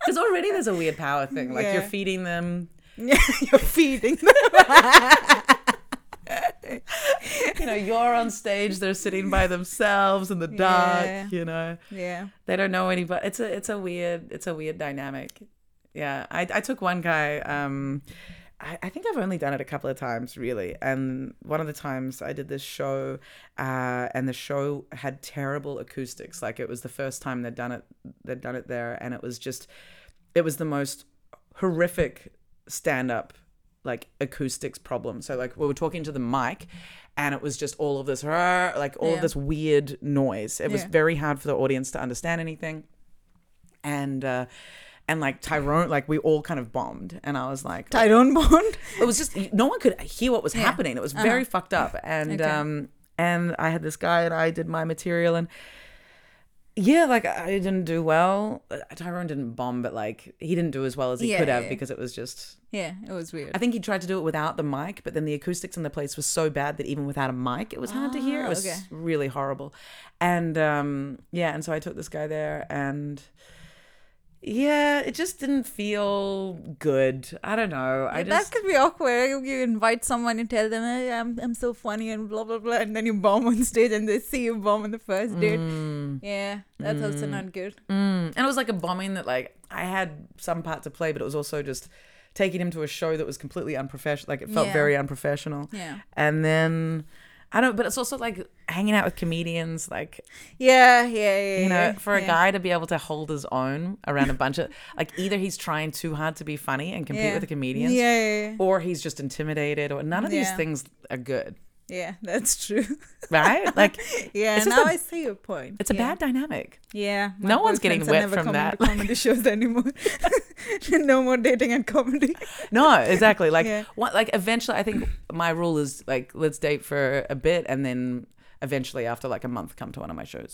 Speaker 1: because already there's a weird power thing like
Speaker 2: Yeah.
Speaker 1: you're feeding them
Speaker 2: Yeah, You're feeding them.
Speaker 1: you know you're on stage they're sitting by themselves in the dark
Speaker 2: Yeah.
Speaker 1: you know
Speaker 2: Yeah.
Speaker 1: they don't know anybody it's a it's a weird it's a weird dynamic yeah i, I took one guy um I, I think i've only done it a couple of times really and one of the times i did this show uh and the show had terrible acoustics like it was the first time they'd done it they'd done it there and it was just it was the most horrific stand up like acoustics problem. So like we were talking to the mic and it was just all of this "Rah," like all
Speaker 2: Yeah.
Speaker 1: of this weird noise. It was
Speaker 2: Yeah.
Speaker 1: very hard for the audience to understand anything. And uh and like Tyrone like we all kind of bombed and I was like
Speaker 2: Tyrone Bond.
Speaker 1: it was just no one could hear what was happening. It was very fucked up. And
Speaker 2: Uh-huh. Okay.
Speaker 1: um and I had this guy and I did my material and yeah, like I didn't do well. Uh, Tyrone didn't bomb, but like he didn't do as well as he
Speaker 2: Yeah,
Speaker 1: could have
Speaker 2: yeah.
Speaker 1: because it was just
Speaker 2: Yeah, it was weird.
Speaker 1: I think he tried to do it without the mic, but then the acoustics in the place was so bad that even without a mic, it was hard to hear.
Speaker 2: Ah,
Speaker 1: It was
Speaker 2: okay.
Speaker 1: really horrible. And um, yeah, and so I took this guy there, and yeah, it just didn't feel good. I don't know. I
Speaker 2: that
Speaker 1: just
Speaker 2: could be awkward. You invite someone and tell them, hey, I'm, I'm so funny and blah, blah, blah. And then you bomb on stage and they see you bomb on the first date. Yeah, that's also not good.
Speaker 1: Mm. and it was like a bombing that like I had some part to play, but it was also just taking him to a show that was completely unprofessional. Like it felt
Speaker 2: Yeah.
Speaker 1: very unprofessional.
Speaker 2: Yeah.
Speaker 1: And then I don't. But it's also like hanging out with comedians, like.
Speaker 2: Yeah, yeah, yeah.
Speaker 1: you know
Speaker 2: yeah,
Speaker 1: for a
Speaker 2: yeah.
Speaker 1: guy to be able to hold his own around a bunch of like either he's trying too hard to be funny and compete
Speaker 2: yeah.
Speaker 1: with the comedians
Speaker 2: Yeah, yeah, yeah.
Speaker 1: or he's just intimidated or none of these
Speaker 2: Yeah.
Speaker 1: things are good
Speaker 2: Yeah, that's true.
Speaker 1: right like
Speaker 2: yeah,
Speaker 1: It's just
Speaker 2: now
Speaker 1: a-
Speaker 2: I see your point.
Speaker 1: it's a
Speaker 2: yeah.
Speaker 1: bad dynamic
Speaker 2: Yeah. my
Speaker 1: No one's getting
Speaker 2: boyfriends are
Speaker 1: wet
Speaker 2: never
Speaker 1: from
Speaker 2: coming
Speaker 1: that.
Speaker 2: To comedy shows anymore. no more dating and comedy.
Speaker 1: no exactly like
Speaker 2: Yeah.
Speaker 1: what like eventually i think my rule is like let's date for a bit and then eventually after like a month come to one of my shows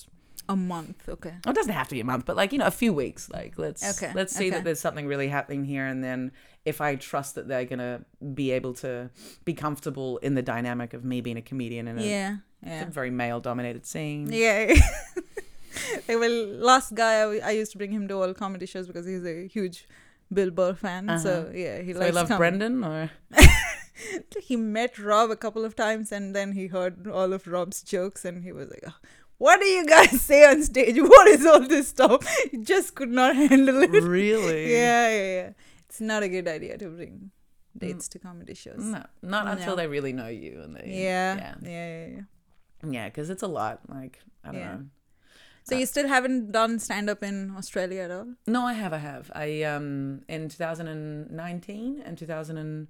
Speaker 2: A month, okay.
Speaker 1: Oh, it doesn't have to be a month, but like you know, a few weeks. Like let's
Speaker 2: Okay,
Speaker 1: let's see
Speaker 2: okay.
Speaker 1: that there's something really happening here, and then if I trust that they're gonna be able to be comfortable in the dynamic of me being a comedian in a
Speaker 2: Yeah, yeah.
Speaker 1: very male-dominated scene.
Speaker 2: Yeah. Like, well, last guy, I, I used to bring him to all comedy shows because he's a huge Bill Burr fan. Uh-huh. So, yeah, he
Speaker 1: So I
Speaker 2: likes
Speaker 1: love
Speaker 2: com-
Speaker 1: Brendan, or
Speaker 2: He met Rob a couple of times and then he heard all of Rob's jokes and he was like, "Oh, What do you guys say on stage? What is all this stuff? He just could not handle it.
Speaker 1: really?
Speaker 2: Yeah, yeah, yeah. It's not a good idea to bring dates to comedy shows.
Speaker 1: No, not
Speaker 2: Mm, No.
Speaker 1: until they really know you and they.
Speaker 2: Yeah, yeah,
Speaker 1: yeah,
Speaker 2: yeah, yeah.
Speaker 1: yeah, because it's a lot. Like I don't
Speaker 2: Yeah.
Speaker 1: know.
Speaker 2: So you still haven't done stand up in Australia at all?
Speaker 1: No, I have. I have. I um in 2019 and 2000 and,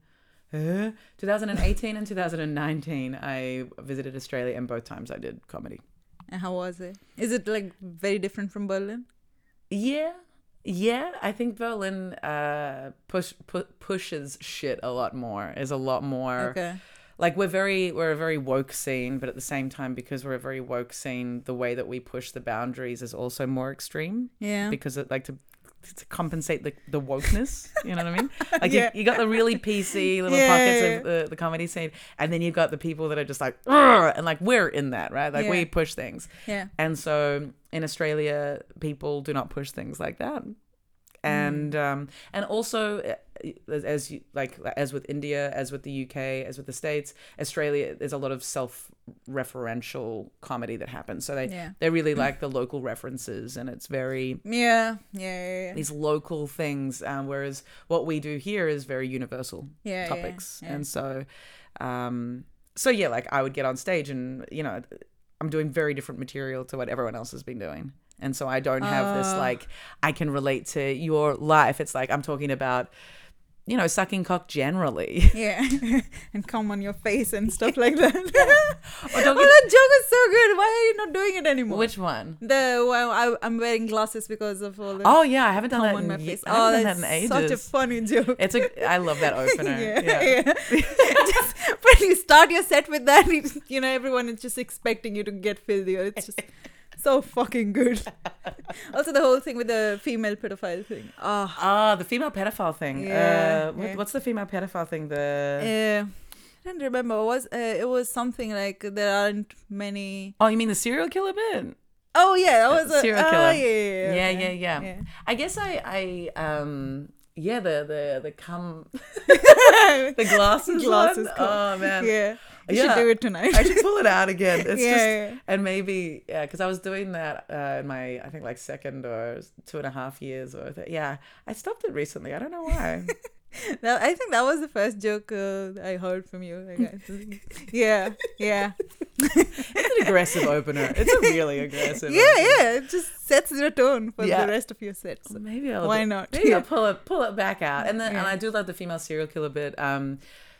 Speaker 1: uh, 2018 and 2019, I visited Australia, and both times I did comedy.
Speaker 2: And how was it? Is it like very different from Berlin?
Speaker 1: Yeah, Yeah, I think Berlin uh, push pu- pushes shit a lot more. Is a lot more
Speaker 2: Okay.
Speaker 1: like we're very we're a very woke scene, but at the same time, because we're a very woke scene, the way that we push the boundaries is also more extreme
Speaker 2: Yeah.
Speaker 1: because it like to to compensate the, the wokeness you know what i mean like
Speaker 2: Yeah.
Speaker 1: you, you got the really pc little
Speaker 2: Yeah,
Speaker 1: pockets
Speaker 2: yeah,
Speaker 1: of the, the comedy scene and then you've got the people that are just like "Ugh," and like we're in that right like
Speaker 2: Yeah.
Speaker 1: we push things
Speaker 2: Yeah.
Speaker 1: and so in Australia, people do not push things like that. And
Speaker 2: Mm.
Speaker 1: um, and also uh, as- as you, like as with India, as with the UK, as with the States, Australia there's a lot of self-referential comedy that happens. So they
Speaker 2: Yeah. Mm.
Speaker 1: they really like the local references, and it's very
Speaker 2: Yeah. Yeah. Yeah.
Speaker 1: these local things. Um, whereas what we do here is very universal
Speaker 2: Yeah. yeah,
Speaker 1: topics
Speaker 2: Yeah.
Speaker 1: and so um so yeah like i would get on stage and you know i'm doing very different material to what everyone else has been doing and so i don't have this
Speaker 2: Ah.
Speaker 1: like i can relate to your life it's like i'm talking about you know sucking cock generally
Speaker 2: yeah. and come on your face and stuff like that. oh,
Speaker 1: don't
Speaker 2: that joke is so good. Why are you not doing it anymore?
Speaker 1: which one
Speaker 2: the well, I, I'm wearing glasses because of all the
Speaker 1: Oh yeah, I haven't done
Speaker 2: come
Speaker 1: that
Speaker 2: on my
Speaker 1: in, ye-
Speaker 2: face. Oh,
Speaker 1: I haven't
Speaker 2: that's
Speaker 1: done that in
Speaker 2: such a
Speaker 1: ages.
Speaker 2: funny joke.
Speaker 1: it's a I love that opener.
Speaker 2: yeah,
Speaker 1: yeah.
Speaker 2: yeah. just when you start your set with that, it's- you know everyone is just expecting you to get filthy. or It's just so fucking good. also, the whole thing with the female pedophile thing. Ah,
Speaker 1: Ah, the female pedophile thing.
Speaker 2: Yeah,
Speaker 1: uh, what-
Speaker 2: yeah.
Speaker 1: What's the female pedophile thing? The
Speaker 2: yeah. Uh, I don't remember. It was uh, it was something like there aren't many.
Speaker 1: oh, you mean the serial killer bit?
Speaker 2: Oh yeah, that was a
Speaker 1: Uh, serial
Speaker 2: oh,
Speaker 1: killer.
Speaker 2: yeah, yeah,
Speaker 1: yeah,
Speaker 2: okay.
Speaker 1: yeah, yeah,
Speaker 2: Yeah.
Speaker 1: I guess I, I, um, yeah, the the the cum, the glasses, glasses.
Speaker 2: Glasses cum.
Speaker 1: Oh man,
Speaker 2: Yeah. You
Speaker 1: Yeah.
Speaker 2: should do it tonight.
Speaker 1: I should pull it out again. It's
Speaker 2: Yeah,
Speaker 1: just
Speaker 2: yeah.
Speaker 1: and maybe yeah, because I was doing that uh, in my I think like second or two and a half years or th- yeah, I stopped it recently. I don't know why.
Speaker 2: No, I think that was the first joke uh, I heard from you. Like, I- yeah, yeah,
Speaker 1: it's an aggressive opener. It's a really aggressive.
Speaker 2: yeah, yeah. It just sets the tone for
Speaker 1: Yeah.
Speaker 2: the rest of your sets.
Speaker 1: So maybe I'll
Speaker 2: Why
Speaker 1: do-
Speaker 2: not?
Speaker 1: Maybe
Speaker 2: Yeah.
Speaker 1: I'll pull it pull it back out. And then and
Speaker 2: Yeah.
Speaker 1: I do love the female serial killer bit. Um,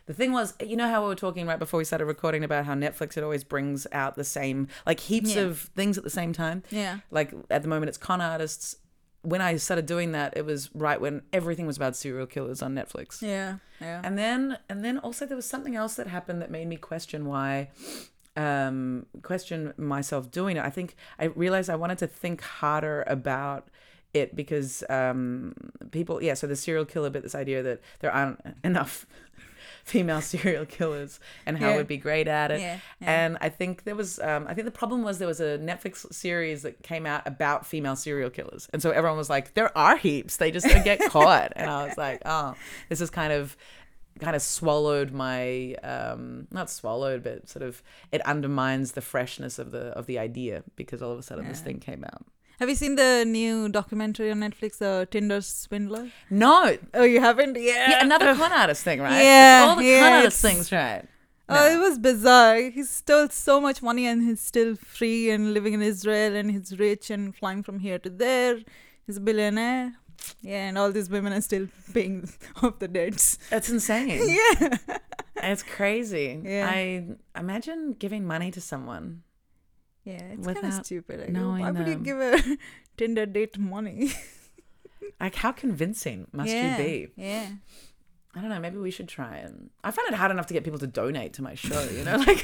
Speaker 1: the thing was, you know how we were talking right before we started recording about how Netflix it always brings out the same like heaps
Speaker 2: Yeah.
Speaker 1: of things at the same time.
Speaker 2: Yeah,
Speaker 1: Like at the moment, it's con artists. When I started doing that, it was right when everything was about serial killers on Netflix.
Speaker 2: yeah, yeah.
Speaker 1: And then and then also there was something else that happened that made me question why um question myself doing it. I think I realized I wanted to think harder about it because um people yeah, so the serial killer bit this idea that there aren't enough female serial killers and how
Speaker 2: Yeah.
Speaker 1: we'd be great at it.
Speaker 2: Yeah, yeah.
Speaker 1: And I think there was um I think the problem was there was a Netflix series that came out about female serial killers. And so everyone was like there are heaps. They just don't get caught. And I was like, oh, this is kind of kind of swallowed my um not swallowed but sort of it undermines the freshness of the of the idea because all of a sudden this
Speaker 2: Yeah.
Speaker 1: thing came out
Speaker 2: Have you seen the new documentary on Netflix, uh, Tinder Swindler?
Speaker 1: no
Speaker 2: Oh, you haven't? Yeah,
Speaker 1: yeah, another con artist thing right
Speaker 2: Yeah,
Speaker 1: it's all the
Speaker 2: yeah,
Speaker 1: con artist
Speaker 2: it's-
Speaker 1: things right
Speaker 2: Oh, it was bizarre. He stole so much money and he's still free and living in Israel and he's rich and flying from here to there. He's a billionaire. Yeah, and all these women are still paying off the debts.
Speaker 1: that's insane
Speaker 2: Yeah.
Speaker 1: it's crazy
Speaker 2: Yeah.
Speaker 1: i imagine giving money to someone
Speaker 2: Yeah, it's kind of
Speaker 1: Without
Speaker 2: stupid. Like,
Speaker 1: knowing
Speaker 2: why would you
Speaker 1: them.
Speaker 2: give a Tinder date money?
Speaker 1: like how convincing must
Speaker 2: yeah.
Speaker 1: you be
Speaker 2: Yeah.
Speaker 1: i don't know maybe we should try and i find it hard enough to get people to donate to my show you know like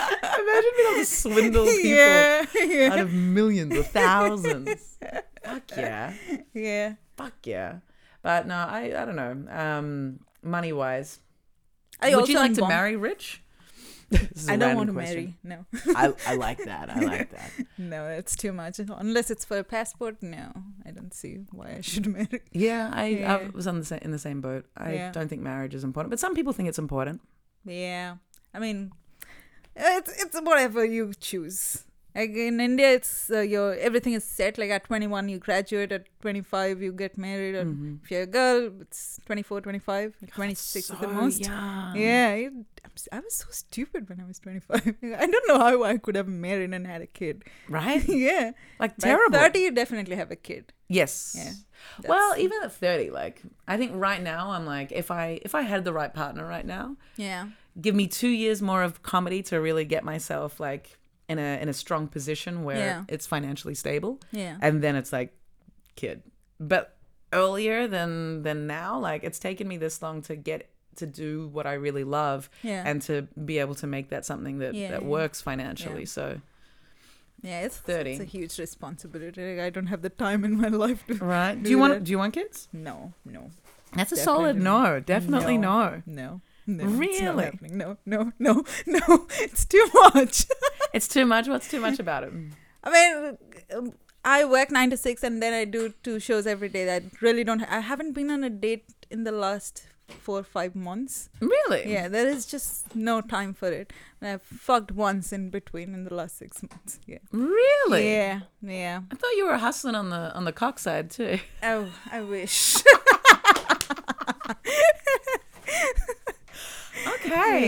Speaker 1: imagine being able to swindle people
Speaker 2: yeah.
Speaker 1: out
Speaker 2: Yeah.
Speaker 1: of millions or thousands. Fuck yeah.
Speaker 2: Yeah.
Speaker 1: Fuck yeah. But no, I, I don't know. Um, money wise.
Speaker 2: I
Speaker 1: Would
Speaker 2: also
Speaker 1: you like
Speaker 2: am
Speaker 1: to
Speaker 2: bum-
Speaker 1: marry rich? This is a
Speaker 2: I
Speaker 1: random
Speaker 2: don't want to
Speaker 1: question.
Speaker 2: marry.
Speaker 1: I, I like that. I like that.
Speaker 2: No. No, that's too much. Unless it's for a passport, no. I don't see why I should marry.
Speaker 1: Yeah, I,
Speaker 2: Yeah.
Speaker 1: I was on the sa- in the same boat. I
Speaker 2: Yeah.
Speaker 1: don't think marriage is important, but some people think it's important.
Speaker 2: Yeah. I mean, it's it's whatever you choose. Like in India, it's uh, your everything is set. Like at 21, you graduate. At 25, you get married. And
Speaker 1: Mhm.
Speaker 2: if you're a girl, it's 24, 25. Like 26 is the
Speaker 1: So
Speaker 2: most.
Speaker 1: young.
Speaker 2: Yeah, I, I'm s- I was so stupid when I was 25. I don't know how I could have married and had a kid.
Speaker 1: Right?
Speaker 2: yeah,
Speaker 1: Like
Speaker 2: By
Speaker 1: terrible.
Speaker 2: 30, you definitely have a kid.
Speaker 1: Yes.
Speaker 2: Yeah,
Speaker 1: well, even at 30, like I think right now I'm like if I if I had the right partner right now,
Speaker 2: Yeah,
Speaker 1: give me two years more of comedy to really get myself like in a in a strong position where
Speaker 2: Yeah.
Speaker 1: it's financially stable,
Speaker 2: Yeah.
Speaker 1: and then it's like, kid. But earlier than than now, like it's taken me this long to get to do what I really love
Speaker 2: Yeah.
Speaker 1: and to be able to make that something that
Speaker 2: Yeah,
Speaker 1: that
Speaker 2: yeah.
Speaker 1: works financially.
Speaker 2: Yeah.
Speaker 1: So
Speaker 2: yeah, it's,
Speaker 1: 30.
Speaker 2: it's a huge responsibility. Like, I don't have the time in my life to.
Speaker 1: right? Do
Speaker 2: Do
Speaker 1: you want
Speaker 2: that.
Speaker 1: do you want kids?
Speaker 2: No, no,
Speaker 1: That's a
Speaker 2: Definitely
Speaker 1: solid no. Definitely no.
Speaker 2: no. No, It's not
Speaker 1: Really?
Speaker 2: happening. no, no, no, no. It's too much.
Speaker 1: It's too much. What's too much about it?
Speaker 2: I mean, um, I work nine to six, and then I do two shows every day. I really don't. I haven't been on a date in the last four or five months.
Speaker 1: Really?
Speaker 2: Yeah, there is just no time for it. And I've fucked once in between in the last six months. Yeah.
Speaker 1: Really?
Speaker 2: Yeah. Yeah.
Speaker 1: I thought you were hustling on the on the cock side too.
Speaker 2: Oh, I wish.
Speaker 1: Okay.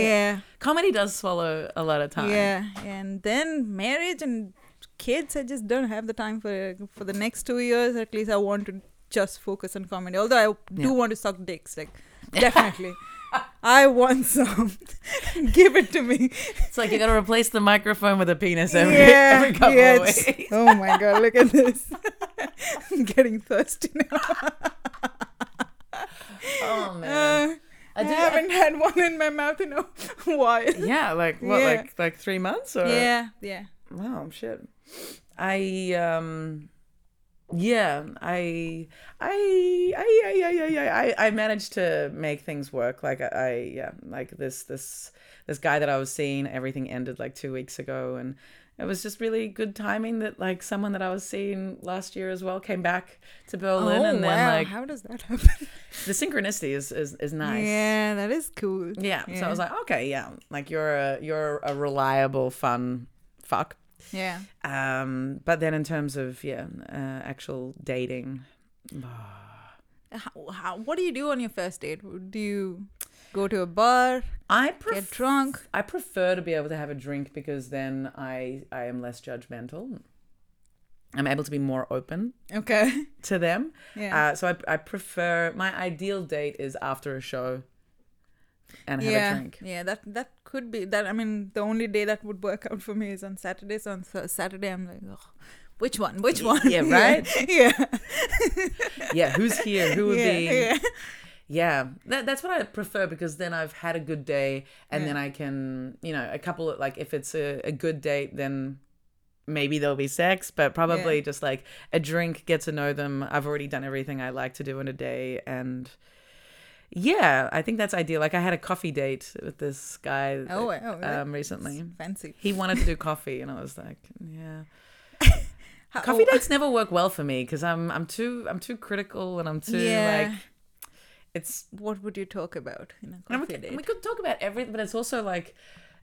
Speaker 2: Yeah.
Speaker 1: Comedy does swallow a lot of time.
Speaker 2: Yeah. And then marriage and kids. I just don't have the time for it. for the next two years. At least I want to just focus on comedy. Although I do
Speaker 1: Yeah.
Speaker 2: want to suck dicks. Like definitely. I want some. Give it to me.
Speaker 1: It's like you got to replace the microphone with a penis every, every couple of
Speaker 2: it's-
Speaker 1: weeks.
Speaker 2: Oh my god, look at this. I'm getting thirsty now.
Speaker 1: Oh man.
Speaker 2: Uh, I,
Speaker 1: I do-
Speaker 2: haven't had one in my mouth in a while.
Speaker 1: yeah, like what,
Speaker 2: Yeah.
Speaker 1: like like three months or
Speaker 2: Yeah, yeah.
Speaker 1: wow, shit. I um, yeah, I I I I I I I, I managed to make things work. Like I, I yeah, like this this this guy that I was seeing, everything ended like two weeks ago, and it was just really good timing that like someone that I was seeing last year as well came back to
Speaker 2: Oh,
Speaker 1: Berlin, and then like
Speaker 2: how does that happen?
Speaker 1: the synchronicity is is, is nice.
Speaker 2: Yeah, that is cool.
Speaker 1: Yeah. So I
Speaker 2: Yeah.
Speaker 1: was like, okay, yeah, like you're a you're a reliable, fun fuck.
Speaker 2: Yeah.
Speaker 1: Um, but then in terms of yeah, uh, actual dating,
Speaker 2: How, how, what do you do on your first date? Do you go to a bar,
Speaker 1: I prefer
Speaker 2: get drunk?
Speaker 1: I prefer to be able to have a drink because then I I am less judgmental. I'm able to be more open
Speaker 2: Okay.
Speaker 1: to them.
Speaker 2: Yeah.
Speaker 1: Uh, so I, I prefer my ideal date is after a show and have
Speaker 2: yeah.
Speaker 1: a drink.
Speaker 2: Yeah, that that could be that I mean the only day that would work out for me is on Saturday. So on Thur- Saturday I'm like, oh, which one? Which one?
Speaker 1: yeah, right?
Speaker 2: yeah.
Speaker 1: Yeah, who's here? Who would
Speaker 2: Yeah,
Speaker 1: be?
Speaker 2: yeah.
Speaker 1: Yeah, that, that's what I prefer because then I've had a good day, and
Speaker 2: Yeah.
Speaker 1: then I can, you know, a couple of like if it's a, a good date, then maybe there'll be sex, but probably
Speaker 2: Yeah.
Speaker 1: just like a drink, get to know them. I've already done everything I like to do in a day, and yeah, I think that's ideal. Like I had a coffee date with this guy
Speaker 2: Oh,
Speaker 1: that-
Speaker 2: wow,
Speaker 1: um, recently.
Speaker 2: Fancy.
Speaker 1: He wanted to do coffee, and I was like, yeah.
Speaker 2: How-
Speaker 1: Coffee
Speaker 2: oh,
Speaker 1: dates never work well for me because I'm I'm too I'm too critical and I'm too
Speaker 2: Yeah.
Speaker 1: like it's
Speaker 2: What would you talk about in a
Speaker 1: And we,
Speaker 2: coffee
Speaker 1: could, we
Speaker 2: date?
Speaker 1: could talk about everything, but it's also like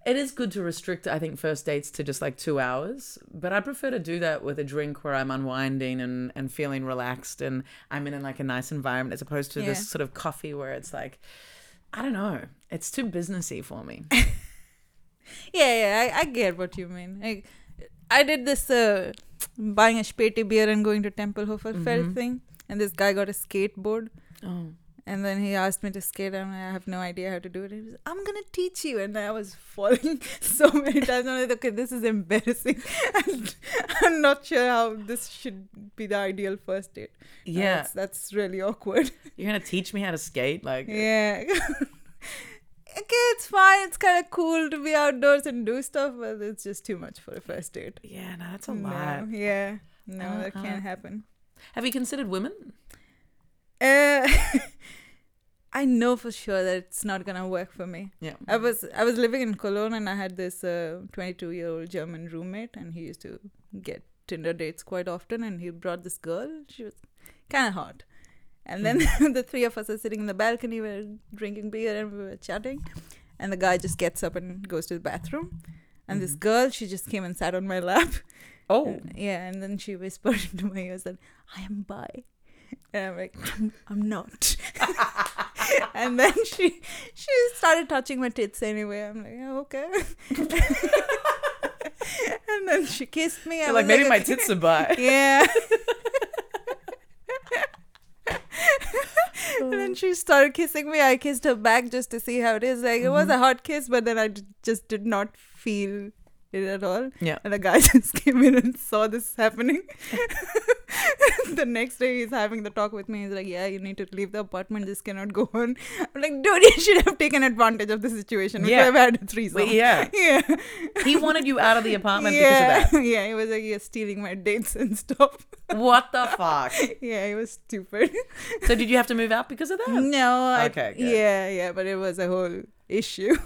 Speaker 1: it is good to restrict, I think, first dates to just like two hours. But I prefer to do that with a drink where I'm unwinding and, and feeling relaxed and I'm in like a nice environment as opposed to
Speaker 2: Yeah.
Speaker 1: this sort of coffee where it's like, I don't know, it's too businessy for me.
Speaker 2: Yeah, yeah, I, I get what you mean. I, I did this uh, buying a Speti beer and going to Tempelhofer Feld
Speaker 1: Mm-hmm.
Speaker 2: thing, and this guy got a skateboard.
Speaker 1: oh.
Speaker 2: And then he asked me to skate, and I have no idea how to do it. He was, I'm gonna teach you, and I was falling so many times. I'm like, okay, this is embarrassing. And I'm not sure how this should be the ideal first date. And
Speaker 1: Yeah.
Speaker 2: that's, that's really awkward.
Speaker 1: You're going to teach me how to skate? Like,
Speaker 2: Yeah. okay, it's fine. It's kind of cool to be outdoors and do stuff, but it's just too much for a first date.
Speaker 1: yeah, no, that's a lot.
Speaker 2: No, yeah. No, that
Speaker 1: Uh-uh.
Speaker 2: can't happen.
Speaker 1: Have you considered women?
Speaker 2: Uh, I know for sure that it's not gonna work for me.
Speaker 1: Yeah.
Speaker 2: I was I was living in Cologne and I had this uh, 22 year old German roommate and he used to get Tinder dates quite often and he brought this girl. She was kind of hot. And then the three of us are sitting in the balcony, we we're drinking beer and we were chatting. And the guy just gets up and goes to the bathroom. And this girl, she just came and sat on my lap.
Speaker 1: Oh,
Speaker 2: Yeah, and then she whispered into my ears that I am bi. And I'm like, I'm, I'm not.
Speaker 1: Oh.
Speaker 2: and then she she started touching my tits anyway. I'm like, "Oh, okay. and then she kissed me. I
Speaker 1: You're
Speaker 2: was
Speaker 1: like maybe my
Speaker 2: "Okay."
Speaker 1: tits are bi.
Speaker 2: Yeah. and then she started kissing me. I
Speaker 1: Mm-hmm.
Speaker 2: kissed her back just to see how it is. Like it was a hot kiss, but then I d- just did not feel it at all.
Speaker 1: Yeah.
Speaker 2: And the guy just came in and saw this happening. the next day he's having the talk with me. He's like, Yeah, you need to leave the apartment. This cannot go on. I'm like, dude, you should have taken advantage of the situation. We
Speaker 1: Yeah.
Speaker 2: could have had a threesome.
Speaker 1: Wait, yeah.
Speaker 2: Yeah.
Speaker 1: He wanted you out of the apartment
Speaker 2: yeah.
Speaker 1: because of
Speaker 2: Yeah. He was like, You're stealing my dates and stuff.
Speaker 1: that. What the fuck?
Speaker 2: yeah, it was stupid.
Speaker 1: So did you have to move out because of that?
Speaker 2: No, I,
Speaker 1: Okay, good.
Speaker 2: yeah, yeah, but it was a whole issue.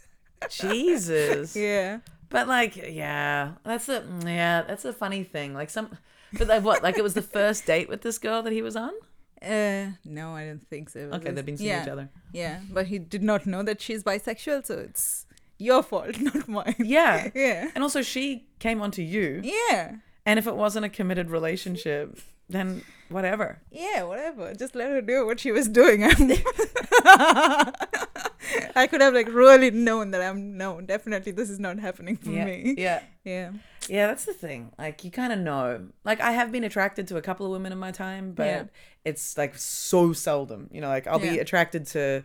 Speaker 1: Jesus.
Speaker 2: yeah,
Speaker 1: But like, yeah, that's a mm, yeah, that's a funny thing. Like some, but like what? Like it was the first date with this girl that he was on.
Speaker 2: uh, no, I don't think so. It
Speaker 1: Okay,
Speaker 2: was-
Speaker 1: they've been seeing
Speaker 2: yeah,
Speaker 1: each other.
Speaker 2: Yeah, but he did not know that she's bisexual, so it's your fault, not mine.
Speaker 1: Yeah,
Speaker 2: Yeah,
Speaker 1: and also she came onto you,
Speaker 2: yeah,
Speaker 1: and if it wasn't a committed relationship, then whatever.
Speaker 2: yeah. Whatever, just let her do what she was doing. I'm I could have like really known that I'm no, definitely this is not happening for
Speaker 1: Yeah,
Speaker 2: me.
Speaker 1: yeah,
Speaker 2: Yeah,
Speaker 1: yeah. That's the thing. Like you kind of know. Like I have been attracted to a couple of women in my time, but
Speaker 2: Yeah.
Speaker 1: it's like so seldom. You know, like I'll be
Speaker 2: Yeah.
Speaker 1: attracted to.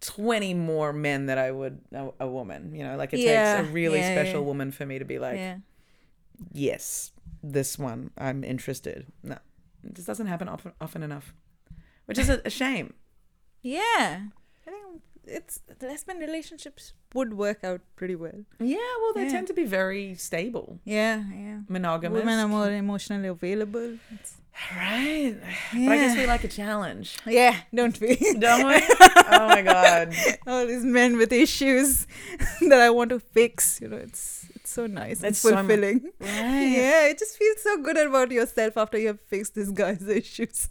Speaker 1: 20 more men that I would a, a woman, you know, like it
Speaker 2: Yeah,
Speaker 1: takes a really
Speaker 2: yeah,
Speaker 1: special
Speaker 2: yeah.
Speaker 1: woman for me to be like,
Speaker 2: yeah.
Speaker 1: yes, this one, I'm interested. No, this doesn't happen often, often enough, which is a, a shame.
Speaker 2: Yeah. I think it's lesbian relationships would work out pretty well.
Speaker 1: Yeah, well, they
Speaker 2: Yeah.
Speaker 1: tend to be very stable,
Speaker 2: Yeah, yeah.
Speaker 1: monogamous.
Speaker 2: Women are more emotionally available. It's-
Speaker 1: right. But I guess we
Speaker 2: Yeah.
Speaker 1: like a challenge,
Speaker 2: yeah, don't we?
Speaker 1: don't we? oh my God.
Speaker 2: All these men with issues that I want to fix. You know, it's it's so nice.
Speaker 1: It's
Speaker 2: It's
Speaker 1: so mu-
Speaker 2: fulfilling.
Speaker 1: Right.
Speaker 2: yeah, it just feels so good about yourself after you have fixed this guy's issues.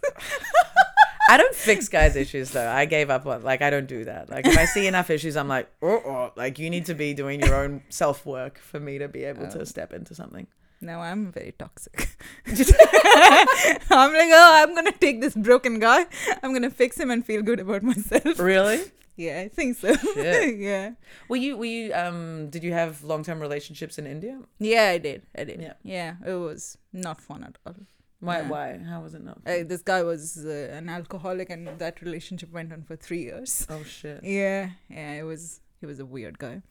Speaker 1: I don't fix guys' issues though. I gave up on like I don't do that. Like if I see enough issues, I'm like, oh, oh like you need to be doing your own self work for me to be able to step into something.
Speaker 2: No, I'm very toxic. I'm like, oh, I'm gonna take this broken guy. I'm gonna fix him and feel good about myself.
Speaker 1: Really?
Speaker 2: Yeah, I think so.
Speaker 1: Shit.
Speaker 2: yeah.
Speaker 1: Were you were you um did you have long term relationships in India?
Speaker 2: Yeah, I did. I did.
Speaker 1: Yeah.
Speaker 2: Yeah. it was not fun at all.
Speaker 1: Why
Speaker 2: Yeah.
Speaker 1: why? How was it not?
Speaker 2: Uh, this guy was uh, an alcoholic, and that relationship went on for three years.
Speaker 1: oh shit.
Speaker 2: Yeah, yeah, it was. He was a weird guy.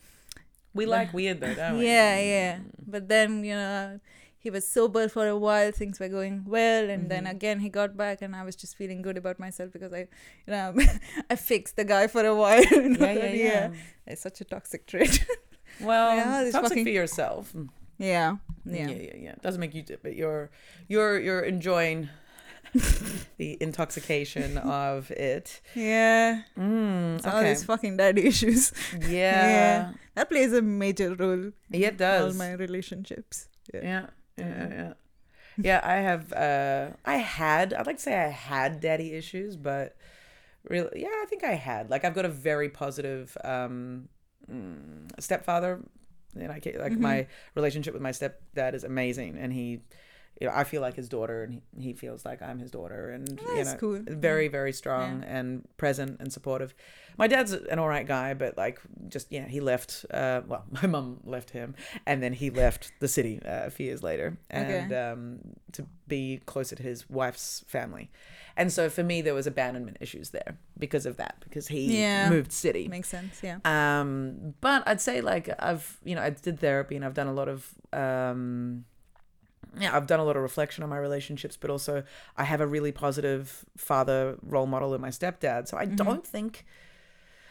Speaker 1: We like weird though, don't we? Mm.
Speaker 2: Yeah, yeah. But then you know, he was sober for a while. Things were going well, and then again he got back, and I was just feeling good about myself because I, you know, I fixed the guy for a while. you know,
Speaker 1: Yeah, yeah,
Speaker 2: that-
Speaker 1: yeah.
Speaker 2: It's such a toxic trait.
Speaker 1: Well,
Speaker 2: Yeah, this
Speaker 1: toxic
Speaker 2: fucking-
Speaker 1: for yourself.
Speaker 2: yeah,
Speaker 1: Yeah.
Speaker 2: yeah,
Speaker 1: Mm. yeah, yeah, Doesn't make you do, but you're you're you're enjoying the intoxication of it.
Speaker 2: yeah.
Speaker 1: Mm,
Speaker 2: All
Speaker 1: okay.
Speaker 2: these fucking daddy issues.
Speaker 1: Yeah.
Speaker 2: Yeah. That plays a major role
Speaker 1: Yeah, it
Speaker 2: in all
Speaker 1: does.
Speaker 2: my relationships.
Speaker 1: Yeah. Yeah, yeah. Yeah, I have uh I had I'd like to say I had daddy issues, but really yeah, I think I had. Like I've got a very positive um mm, stepfather and I ca- like my relationship with my stepdad is amazing and he you know, I feel like his daughter and he, he feels like I'm his daughter and you
Speaker 2: that's
Speaker 1: know
Speaker 2: cool.
Speaker 1: very very strong and present and supportive. My dad's an all right guy but like just yeah, he left uh well, my mum left him and then he left the city uh, a few years later and um, to be closer to his wife's family and so for me there was abandonment issues there because of that because he
Speaker 2: Yeah.
Speaker 1: moved city
Speaker 2: Makes sense, yeah.
Speaker 1: um but i'd say like i've you know i did therapy and i've done a lot of um yeah i've done a lot of reflection on my relationships but also i have a really positive father role model in my stepdad so i don't think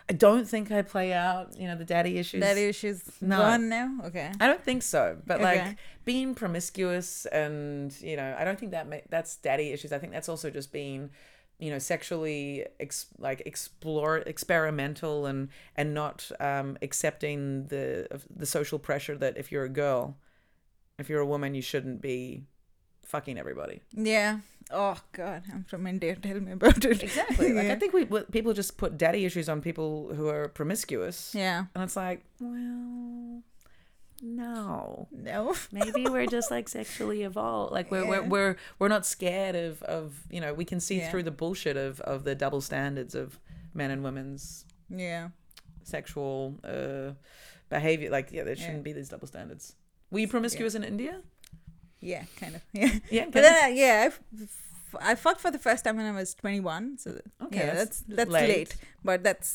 Speaker 1: i don't think i play out you know the daddy issues
Speaker 2: Daddy issues
Speaker 1: No.
Speaker 2: gone now? Okay.
Speaker 1: I don't think so, but like
Speaker 2: Okay.
Speaker 1: being promiscuous and you know, I don't think that ma- that's daddy issues. I think that's also just being, you know, sexually ex- like explore experimental and and not um, accepting the of the social pressure that if you're a girl, if you're a woman, you shouldn't be fucking everybody.
Speaker 2: Yeah. Oh, God. I'm from India. Tell me about it.
Speaker 1: Exactly. Like I
Speaker 2: yeah.
Speaker 1: think we we- people just put daddy issues on people who are promiscuous,
Speaker 2: yeah.
Speaker 1: and it's like, well, no.
Speaker 2: No.
Speaker 1: maybe we're just like sexually evolved like we're we're,
Speaker 2: Yeah.
Speaker 1: we're we're not scared of of you know we can see
Speaker 2: Yeah.
Speaker 1: through the bullshit of of the double standards of men and women's
Speaker 2: Yeah.
Speaker 1: sexual uh behavior like yeah there
Speaker 2: Yeah.
Speaker 1: shouldn't be these double standards were you promiscuous in india
Speaker 2: Yeah, kind of. Yeah.
Speaker 1: yeah
Speaker 2: But then, I, yeah, I, f- I fucked for the first time when I was 21. So,
Speaker 1: Okay, that's
Speaker 2: yeah, that's, that's
Speaker 1: late.
Speaker 2: late. But that's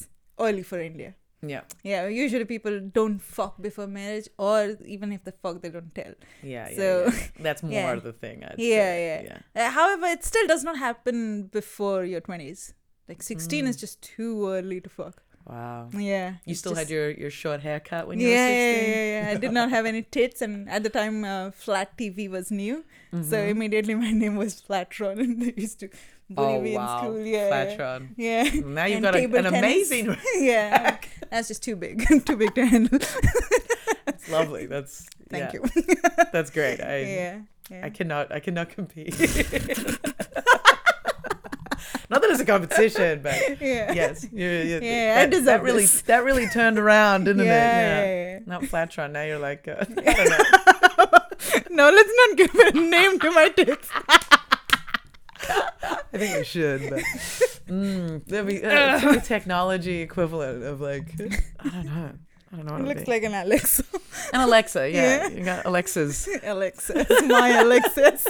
Speaker 2: early for India.
Speaker 1: Yeah.
Speaker 2: Yeah, usually people don't fuck before marriage, or even if they fuck, they don't tell.
Speaker 1: Yeah. yeah,
Speaker 2: So-
Speaker 1: yeah. That's more
Speaker 2: yeah.
Speaker 1: the thing. I'd
Speaker 2: Yeah,
Speaker 1: say.
Speaker 2: yeah. Uh, however, it still does not happen before your 20s. Like 16 is just too early to fuck.
Speaker 1: Wow.
Speaker 2: Yeah.
Speaker 1: Hmm. You
Speaker 2: it's
Speaker 1: still had
Speaker 2: just-
Speaker 1: your, your short haircut when you
Speaker 2: yeah,
Speaker 1: were
Speaker 2: yeah,
Speaker 1: 16?
Speaker 2: yeah, yeah. I did not have any tits, and at the time, uh, flat TV was new, so
Speaker 1: Mhm.
Speaker 2: immediately my name was Flatron, and they used to bully
Speaker 1: oh,
Speaker 2: me
Speaker 1: wow.
Speaker 2: in school. Yeah, yeah.
Speaker 1: Flatron.
Speaker 2: yeah.
Speaker 1: Now you've
Speaker 2: And
Speaker 1: got a,
Speaker 2: table
Speaker 1: an
Speaker 2: tennis.
Speaker 1: amazing.
Speaker 2: yeah, that's just too big, too big to handle.
Speaker 1: It's lovely. That's
Speaker 2: Thank
Speaker 1: yeah,
Speaker 2: you.
Speaker 1: That's great. I
Speaker 2: yeah, yeah.
Speaker 1: I cannot I cannot compete. Not that it's a competition, but
Speaker 2: yeah.
Speaker 1: yes, you- you-
Speaker 2: Yeah, I
Speaker 1: that,
Speaker 2: deserve
Speaker 1: that really
Speaker 2: this.
Speaker 1: that really turned around,
Speaker 2: Yeah,
Speaker 1: didn't
Speaker 2: yeah,
Speaker 1: it?
Speaker 2: yeah.
Speaker 1: Not Flatron. Now you're like, uh, I don't know.
Speaker 2: no, let's not give a name to my tits.
Speaker 1: I think we should. But mm, that'd be uh, it's like a technology equivalent of like, I don't know. I don't know. What
Speaker 2: It
Speaker 1: it
Speaker 2: looks
Speaker 1: be.
Speaker 2: like an Alex.
Speaker 1: an Alexa. Yeah,
Speaker 2: Yeah.
Speaker 1: you got Alexas.
Speaker 2: Alexis. My Alexis.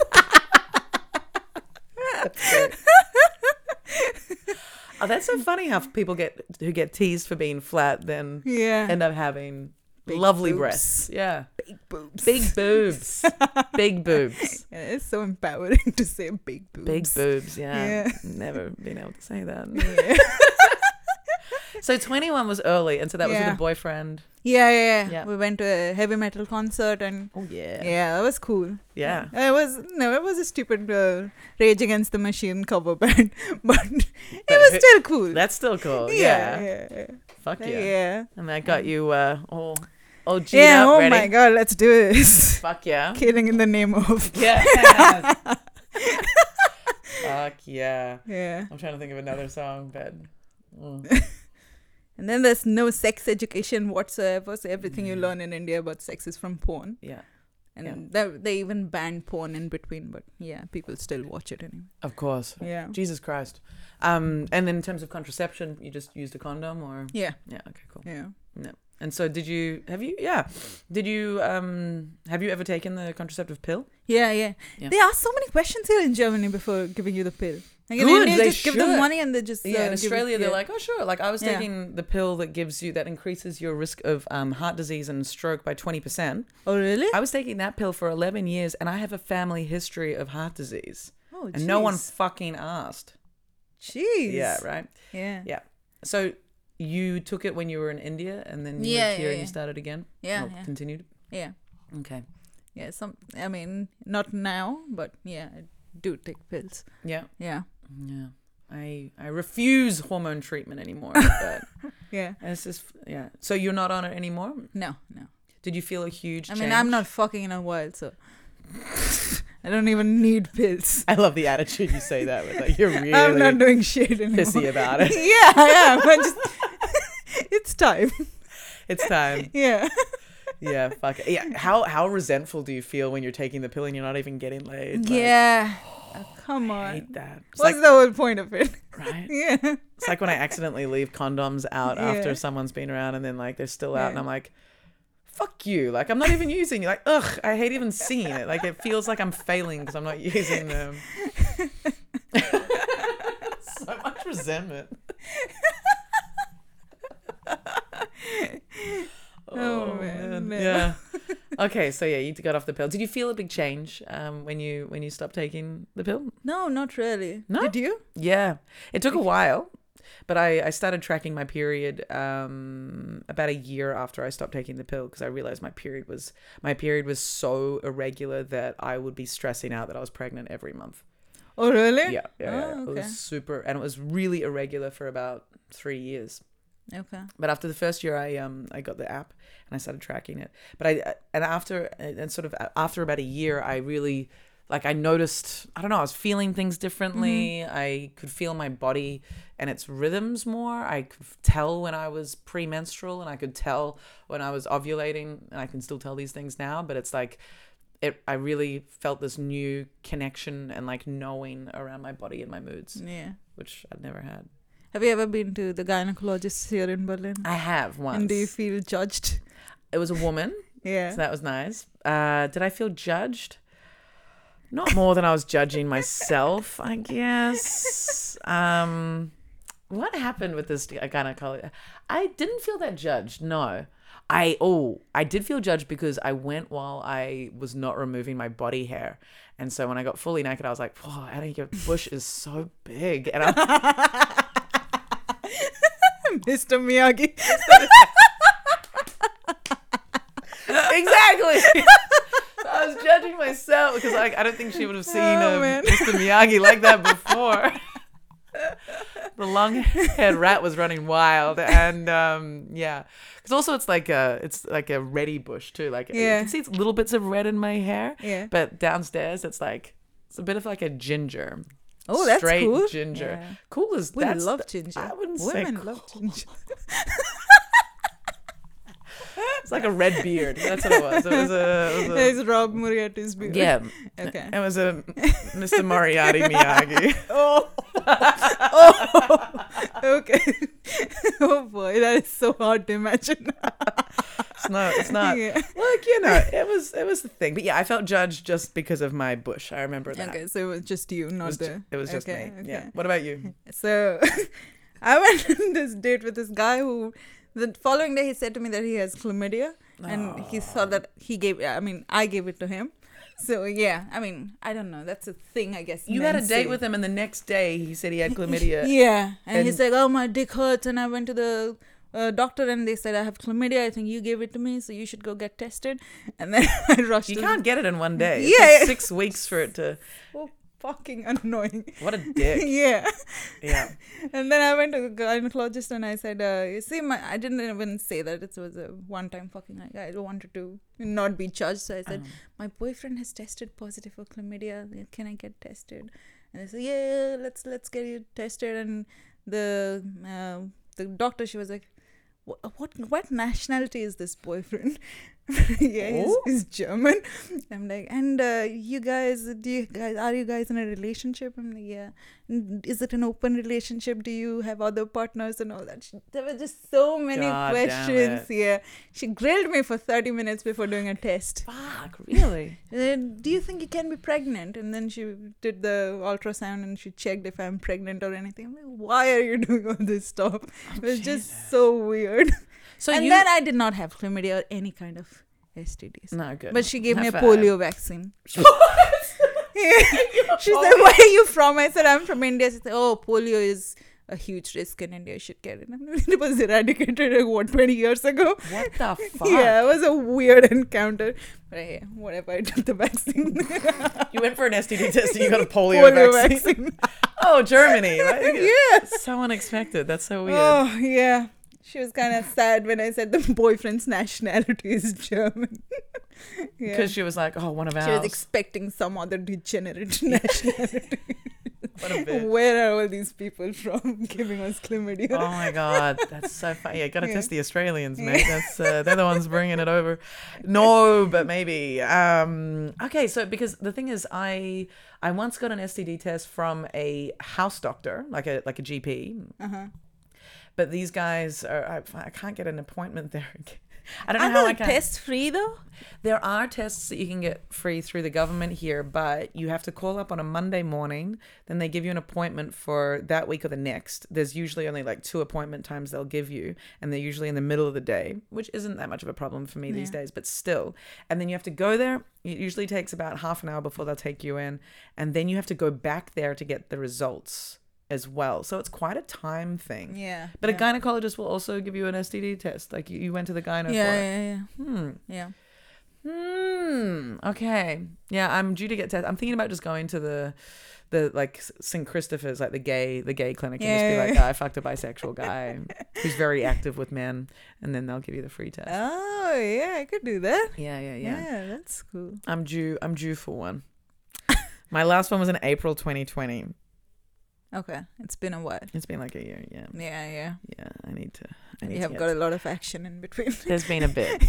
Speaker 1: Oh, that's so funny how people get who get teased for being flat then
Speaker 2: Yeah.
Speaker 1: end up having
Speaker 2: Big
Speaker 1: lovely
Speaker 2: boobs.
Speaker 1: breasts. Yeah.
Speaker 2: big boobs.
Speaker 1: Big boobs. big boobs.
Speaker 2: Yeah, it's so empowering to say big boobs.
Speaker 1: Big boobs, yeah.
Speaker 2: Yeah.
Speaker 1: Never been able to say that.
Speaker 2: Yeah.
Speaker 1: So 21 was early, and so that was with
Speaker 2: Yeah.
Speaker 1: a boyfriend.
Speaker 2: yeah, yeah, yeah.
Speaker 1: Yeah.
Speaker 2: We went to a heavy metal concert and
Speaker 1: Oh, yeah.
Speaker 2: yeah,
Speaker 1: Yeah.
Speaker 2: that was cool. It was no, it was a stupid uh, Rage Against the Machine cover band, but it
Speaker 1: But
Speaker 2: was
Speaker 1: who-
Speaker 2: still cool.
Speaker 1: That's still cool. Yeah.
Speaker 2: yeah, yeah, yeah.
Speaker 1: Fuck yeah.
Speaker 2: yeah.
Speaker 1: And that got you uh, all, all G'd
Speaker 2: Yeah,
Speaker 1: up,
Speaker 2: oh
Speaker 1: ready.
Speaker 2: my god, let's do this.
Speaker 1: Fuck yeah.
Speaker 2: Killing in the name of.
Speaker 1: Yeah. Fuck yeah.
Speaker 2: Yeah.
Speaker 1: I'm trying to think of another song, but. mm.
Speaker 2: And then there's no sex education whatsoever. So everything you learn in India about sex is from porn.
Speaker 1: Yeah.
Speaker 2: And
Speaker 1: Mm. Yeah.
Speaker 2: they, they even banned porn in between, but yeah, people still watch it anyway.
Speaker 1: Of course.
Speaker 2: Yeah.
Speaker 1: Jesus Christ. Um, and then in terms of contraception, you just used a condom or?
Speaker 2: Yeah.
Speaker 1: Yeah, okay, cool.
Speaker 2: Yeah.
Speaker 1: And so did you have you yeah. Did you um have you ever taken the contraceptive pill?
Speaker 2: Yeah, yeah.
Speaker 1: Yeah.
Speaker 2: They ask so many questions here in Germany before giving you the pill. Like in
Speaker 1: Good,
Speaker 2: India,
Speaker 1: they
Speaker 2: just give them
Speaker 1: should.
Speaker 2: money and they just. uh,
Speaker 1: Yeah, in
Speaker 2: give it-
Speaker 1: Australia they're
Speaker 2: yeah.
Speaker 1: like, "Oh sure, like I was
Speaker 2: Yeah.
Speaker 1: taking the pill that gives you that increases your risk of um, heart disease and stroke by 20%.
Speaker 2: oh, really?
Speaker 1: I was taking that pill for 11 years and I have a family history of heart disease."
Speaker 2: Oh,
Speaker 1: And no one
Speaker 2: jeez.
Speaker 1: fucking asked.
Speaker 2: Jeez.
Speaker 1: Yeah, right.
Speaker 2: Yeah.
Speaker 1: Yeah. So you took it when you were in India and then you
Speaker 2: Yeah,
Speaker 1: lived here
Speaker 2: yeah,
Speaker 1: and you
Speaker 2: yeah.
Speaker 1: started again?
Speaker 2: Yeah.
Speaker 1: Or
Speaker 2: Yeah.
Speaker 1: Continued?
Speaker 2: yeah.
Speaker 1: Okay.
Speaker 2: Yeah, some. I mean, not now, but yeah, I do take pills.
Speaker 1: Yeah.
Speaker 2: Yeah,
Speaker 1: Yeah. I I refuse hormone treatment anymore. But
Speaker 2: yeah.
Speaker 1: it's just yeah. So you're not on it anymore?
Speaker 2: No, no.
Speaker 1: Did you feel a huge
Speaker 2: I mean, I'm
Speaker 1: change?
Speaker 2: not fucking in a while, so I don't even need pills.
Speaker 1: I love the attitude you say that with like you're really
Speaker 2: I'm not doing shit anymore.
Speaker 1: pissy about it.
Speaker 2: yeah, I am. I just. it's time.
Speaker 1: It's time.
Speaker 2: Yeah.
Speaker 1: Yeah, fuck. It. Yeah. How how resentful do you feel when you're taking the pill and you're not even getting laid? Like,
Speaker 2: yeah. Oh, come
Speaker 1: I
Speaker 2: on.
Speaker 1: hate that. It's
Speaker 2: What's
Speaker 1: like
Speaker 2: the whole point of it?
Speaker 1: right.
Speaker 2: yeah.
Speaker 1: It's like when I accidentally leave condoms out after
Speaker 2: Yeah.
Speaker 1: someone's been around and then like they're still out and
Speaker 2: Yeah.
Speaker 1: I'm like, fuck you. Like I'm not even using you. Like, ugh, I hate even seeing it. Like it feels like I'm failing because I'm not using them. so much resentment.
Speaker 2: Oh, man, no.
Speaker 1: Yeah. Okay, so yeah, you got off the pill. Did you feel a big change um, when you when you stopped taking the pill?
Speaker 2: No, not really.
Speaker 1: No?
Speaker 2: Did you?
Speaker 1: Yeah, it took a while, but I, I started tracking my period um, about a year after I stopped taking the pill because I realized my period was my period was so irregular that I would be stressing out that I was pregnant every month.
Speaker 2: Oh, really?
Speaker 1: Yeah, yeah, yeah.
Speaker 2: Oh,
Speaker 1: it
Speaker 2: okay.
Speaker 1: was super, and it was really irregular for about three years.
Speaker 2: Okay.
Speaker 1: But after the first year, I um I got the app and I started tracking it. But I and after and sort of after about a year, I really like I noticed I don't know I was feeling things differently.
Speaker 2: Mm-hmm.
Speaker 1: I could feel my body and its rhythms more. I could tell when I was premenstrual and I could tell when I was ovulating. And I can still tell these things now, but it's like. It, I really felt this new connection and like knowing around my body and my moods,
Speaker 2: Yeah.
Speaker 1: which I'd never had.
Speaker 2: Have you ever been to the gynecologist here in Berlin?
Speaker 1: I have once.
Speaker 2: And do you feel judged?
Speaker 1: it was a woman.
Speaker 2: Yeah.
Speaker 1: So that was nice. Uh, did I feel judged? Not more than I was judging myself, I guess. Um, what happened with this gynecologist? I didn't feel that judged. No. I oh, I did feel judged because I went while I was not removing my body hair. And so when I got fully naked, I was like, "Whoa, I think your bush is so big." And I
Speaker 2: Mr. Miyagi.
Speaker 1: exactly. So I was judging myself because like I don't think she would have seen
Speaker 2: Oh,
Speaker 1: um,
Speaker 2: man.
Speaker 1: Mr. Miyagi like that before. the long-haired rat was running wild, and um, yeah, because also it's like a it's like a reddy bush too. Like
Speaker 2: Yeah.
Speaker 1: you can see it's little bits of red in my hair,
Speaker 2: Yeah.
Speaker 1: but downstairs it's like it's a bit of like a ginger.
Speaker 2: Oh, that's
Speaker 1: Straight
Speaker 2: cool.
Speaker 1: ginger.
Speaker 2: Yeah.
Speaker 1: Cool as
Speaker 2: Women
Speaker 1: that's
Speaker 2: love
Speaker 1: the-
Speaker 2: ginger.
Speaker 1: I wouldn't say
Speaker 2: Women
Speaker 1: cool.
Speaker 2: love ginger.
Speaker 1: It's like a red beard. That's what it was. It was a, it was a
Speaker 2: There's Rob Moriarty's beard.
Speaker 1: yeah.
Speaker 2: Okay.
Speaker 1: It was a Mr. Moriarty Miyagi.
Speaker 2: Oh. oh. Okay. oh boy, that is so hard to imagine.
Speaker 1: It's not. It's not.
Speaker 2: Yeah.
Speaker 1: Look, you know, it was. It was the thing. But yeah, I felt judged just because of my bush. I remember that.
Speaker 2: Okay, so it was just you,
Speaker 1: It
Speaker 2: not
Speaker 1: was, ju-
Speaker 2: the.
Speaker 1: it was just
Speaker 2: okay,
Speaker 1: me. Yeah. What about you?
Speaker 2: So I went on this date with this guy who the following day he said to me that he has chlamydia
Speaker 1: Oh.
Speaker 2: and he saw that he gave I mean I gave it to him. So yeah, I mean, I don't know. That's a thing, I guess.
Speaker 1: You
Speaker 2: men
Speaker 1: had a date
Speaker 2: say.
Speaker 1: with him, and the next day he said he had chlamydia.
Speaker 2: Yeah, and, he's
Speaker 1: And-
Speaker 2: like, "Oh, my dick hurts," and I went to the uh, doctor, and they said, "I have chlamydia. I think you gave it to me, so you should go get tested." And then I rushed.
Speaker 1: You
Speaker 2: to the-
Speaker 1: can't get it in one day. It
Speaker 2: Yeah,
Speaker 1: takes
Speaker 2: yeah.
Speaker 1: six weeks for it to.
Speaker 2: Oh, fucking annoying.
Speaker 1: What a dick.
Speaker 2: yeah.
Speaker 1: Yeah.
Speaker 2: And then I went to the gynecologist and I said, uh, you see, my I didn't even say that it was a one-time fucking. Like, I wanted to not be judged, so I said,
Speaker 1: Um,
Speaker 2: my boyfriend has tested positive for chlamydia. Can I get tested? And they said, yeah, let's let's get you tested. And the uh, the doctor, she was like, "Wha- what what nationality is this boyfriend? yeah, he's,
Speaker 1: Oh.
Speaker 2: he's German. I'm like, and uh, you guys, do you guys are you guys in a relationship? I'm like, yeah. "N- Is it an open relationship? Do you have other partners and all that? She, there were just so many
Speaker 1: God damn
Speaker 2: questions. Yeah, she grilled me for thirty minutes before doing a test.
Speaker 1: Fuck. Really.
Speaker 2: Uh, do you think you can be pregnant? And then she did the ultrasound and she checked if I'm pregnant or anything. I'm like, why are you doing all this stuff? it was just so weird.
Speaker 1: Oh, So
Speaker 2: and
Speaker 1: you.
Speaker 2: then I did not have chlamydia or any kind of STDs.
Speaker 1: no good.
Speaker 2: But she gave me a
Speaker 1: Never.
Speaker 2: polio vaccine.
Speaker 1: You're
Speaker 2: She said, Where are you from? I said, I'm from India. She said, Oh, polio is a huge risk in India. You should get it. I'm like, It was eradicated, like, what, 20 years ago?
Speaker 1: What the fuck?
Speaker 2: Yeah, it was a weird encounter. But hey, whatever, I took the vaccine.
Speaker 1: You went for an STD test and you got a polio,
Speaker 2: polio
Speaker 1: vaccine.
Speaker 2: vaccine.
Speaker 1: Oh, Germany. Right?
Speaker 2: yeah.
Speaker 1: So unexpected. That's so weird.
Speaker 2: Oh, yeah. She was kind of sad when I said the boyfriend's nationality is German. yeah.
Speaker 1: Because she was like, oh, one of ours.
Speaker 2: she was expecting some other degenerate nationality.
Speaker 1: what a bitch.
Speaker 2: Where are all these people from giving us chlamydia?
Speaker 1: Oh my god, that's so funny. Yeah, gotta
Speaker 2: Yeah.
Speaker 1: test the Australians, mate. That's uh, they're the ones bringing it over. No, but maybe. Um, okay, so because the thing is, I I once got an STD test from a house doctor, like a like a GP.
Speaker 2: Uh-huh.
Speaker 1: But these guys are I, I can't get an appointment there. again. I don't know
Speaker 2: Are
Speaker 1: how
Speaker 2: they
Speaker 1: I can.
Speaker 2: test free though?
Speaker 1: There are tests that you can get free through the government here, but you have to call up on a Monday morning. Then they give you an appointment for that week or the next. There's usually only like two appointment times they'll give you, and they're usually in the middle of the day, which isn't that much of a problem for me these days, but still. And then you have to go there. It usually takes about half an hour before they'll take you in, and then you have to go back there to get the results as well. So it's quite a time thing.
Speaker 2: Yeah.
Speaker 1: But
Speaker 2: yeah.
Speaker 1: a gynecologist will also give you an STD test. Like you, you went to the gyno
Speaker 2: Yeah,
Speaker 1: for it.
Speaker 2: yeah, yeah.
Speaker 1: Hmm.
Speaker 2: Yeah.
Speaker 1: Hmm. Okay. Yeah, I'm due to get tested. I'm thinking about just going to the, the like St. Christopher's, like the gay, the gay clinic, and
Speaker 2: Yeah,
Speaker 1: just be
Speaker 2: yeah,
Speaker 1: like, "Oh, I fucked a bisexual guy who's very active with men, and then they'll give you the free test.
Speaker 2: Oh, yeah, I could do that.
Speaker 1: yeah, yeah,
Speaker 2: Yeah,
Speaker 1: yeah.
Speaker 2: that's cool.
Speaker 1: I'm due. I'm due for one. My last one was in April 2020.
Speaker 2: Okay, it's been a while.
Speaker 1: It's been like a year. Yeah.
Speaker 2: Yeah, yeah.
Speaker 1: Yeah. I need to. I
Speaker 2: And
Speaker 1: need
Speaker 2: you
Speaker 1: to
Speaker 2: have
Speaker 1: get-
Speaker 2: got a lot of action in between.
Speaker 1: There's been a bit.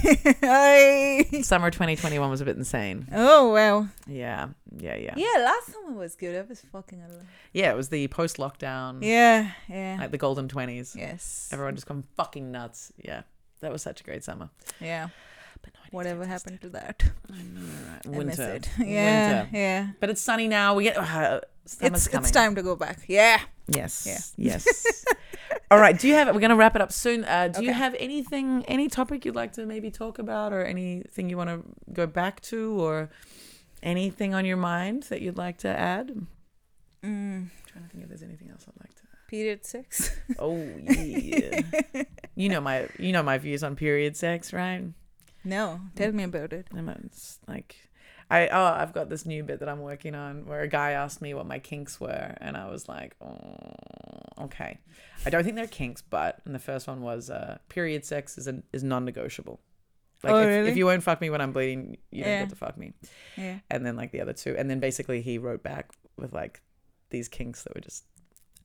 Speaker 2: Aye.
Speaker 1: Summer 2021 was a bit insane.
Speaker 2: oh wow.
Speaker 1: Yeah. Yeah. Yeah. Yeah.
Speaker 2: Yeah, last summer was good. I was fucking alone.
Speaker 1: it was the post lockdown.
Speaker 2: Yeah, yeah.
Speaker 1: Like the golden 20s.
Speaker 2: yes.
Speaker 1: Everyone just gone fucking nuts. Yeah. That was such a great summer.
Speaker 2: Yeah.
Speaker 1: But no, I need to
Speaker 2: Whatever
Speaker 1: get this
Speaker 2: happened to that?
Speaker 1: done. I know, right?
Speaker 2: I miss
Speaker 1: Winter.
Speaker 2: it. Yeah,
Speaker 1: Winter.
Speaker 2: yeah.
Speaker 1: But it's sunny now. We get uh, summer's
Speaker 2: It's
Speaker 1: coming.
Speaker 2: it's time to go back. Yeah.
Speaker 1: Yes.
Speaker 2: Yeah.
Speaker 1: Yes. All right. Do you have? We're gonna wrap it up soon. Uh, do you
Speaker 2: Okay.
Speaker 1: have anything, any topic you'd like to maybe talk about, or anything you want to go back to, or anything on your mind that you'd like to add? I'm
Speaker 2: Mm,
Speaker 1: trying to think if there's anything else I'd like to.
Speaker 2: period sex.
Speaker 1: Oh yeah. you know my, you know my views on period sex, right?
Speaker 2: no, tell me about it.
Speaker 1: I'm it's like, I oh, I've got this new bit that I'm working on where a guy asked me what my kinks were, and I was like, oh, okay. I don't think they're kinks, but and the first one was uh, period sex is an, is non-negotiable. Like
Speaker 2: Oh,
Speaker 1: if,
Speaker 2: really?
Speaker 1: if you won't fuck me when I'm bleeding, you don't
Speaker 2: Yeah.
Speaker 1: get to fuck me.
Speaker 2: Yeah.
Speaker 1: And then like the other two, and then basically he wrote back with like these kinks that were just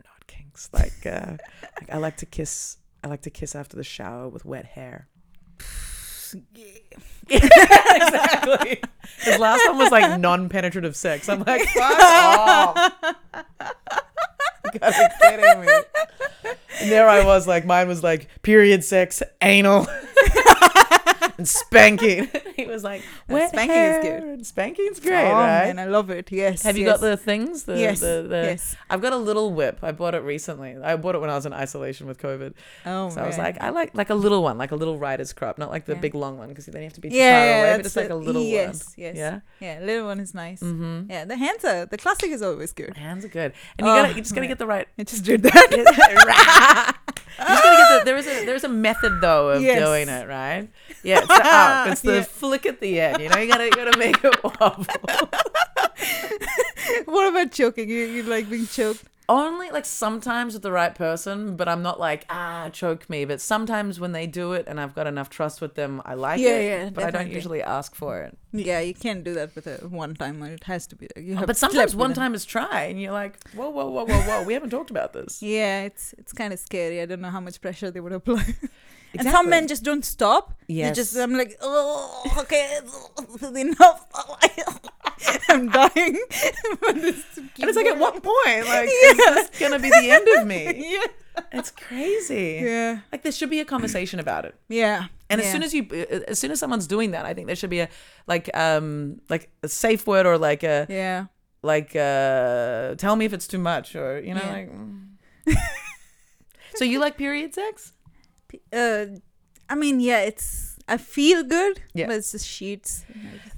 Speaker 1: not kinks. Like, uh, like I like to kiss. I like to kiss after the shower with wet hair. exactly. His last one was like non-penetrative sex. I'm like, fuck off. You gotta be kidding
Speaker 2: Oh,
Speaker 1: me. And there I was, like, mine was like period sex, anal, and spanking. He was like, wet
Speaker 2: spanking is
Speaker 1: hair
Speaker 2: good.
Speaker 1: and spanking's great,
Speaker 2: oh,
Speaker 1: right?
Speaker 2: man, I love it. Yes.
Speaker 1: Have you
Speaker 2: yes.
Speaker 1: got the things? The,
Speaker 2: yes.
Speaker 1: The, the,
Speaker 2: yes.
Speaker 1: I've got a little whip. I bought it recently. I bought it when I was in isolation with COVID.
Speaker 2: Oh,
Speaker 1: So I was
Speaker 2: man.
Speaker 1: like, I like like a little one, like a little rider's crop, not like the
Speaker 2: Yeah.
Speaker 1: big long one because then you have to be too
Speaker 2: yeah,
Speaker 1: far
Speaker 2: yeah,
Speaker 1: away, but
Speaker 2: that's
Speaker 1: just like
Speaker 2: the-
Speaker 1: a little one.
Speaker 2: yes, Yes.
Speaker 1: Yeah.
Speaker 2: Yeah. Little one is nice.
Speaker 1: Mm-hmm.
Speaker 2: Yeah. The hands are the classic is always good.
Speaker 1: Hands are good, and you
Speaker 2: Oh,
Speaker 1: gotta you just gotta
Speaker 2: man.
Speaker 1: get the right.
Speaker 2: I just did that.
Speaker 1: you just gotta get the, there is a there's a method though of
Speaker 2: Yes.
Speaker 1: doing it right. Yeah, it's the up, it's the
Speaker 2: Yeah.
Speaker 1: flick at the end. You know, you gotta you gotta make it wobble.
Speaker 2: what about choking? You, you like being choked?
Speaker 1: Only like sometimes with the right person, but I'm not like ah choke me. But sometimes when they do it, and I've got enough trust with them, I like
Speaker 2: Yeah,
Speaker 1: it.
Speaker 2: yeah,
Speaker 1: but I don't
Speaker 2: definitely.
Speaker 1: usually ask for it.
Speaker 2: Yeah, you can't do that with a one time one. It has to be. Like, you have
Speaker 1: Oh, But
Speaker 2: slept
Speaker 1: sometimes
Speaker 2: with
Speaker 1: one
Speaker 2: them.
Speaker 1: time is try, and you're like, whoa, whoa, whoa, whoa, whoa, we haven't talked about this.
Speaker 2: Yeah, it's it's kind of scary. I don't know how much pressure they would apply. And
Speaker 1: Exactly.
Speaker 2: some men just don't stop. You
Speaker 1: Yes.
Speaker 2: just I'm like, oh, okay, enough. I'm dying. But it's-
Speaker 1: And it's like, at what point? Like, is this gonna be the end of me?
Speaker 2: yeah,
Speaker 1: It's crazy.
Speaker 2: yeah,
Speaker 1: Like, there should be a conversation about it.
Speaker 2: yeah.
Speaker 1: And as soon as you, as soon as someone's doing that, I think there should be a like, um, like a safe word or like a
Speaker 2: yeah,
Speaker 1: like, uh, tell me if it's too much or you know,
Speaker 2: Yeah.
Speaker 1: like. mm. so you like period sex?
Speaker 2: uh, I mean, yeah, it's I feel good,
Speaker 1: Yeah.
Speaker 2: but it's just sheets.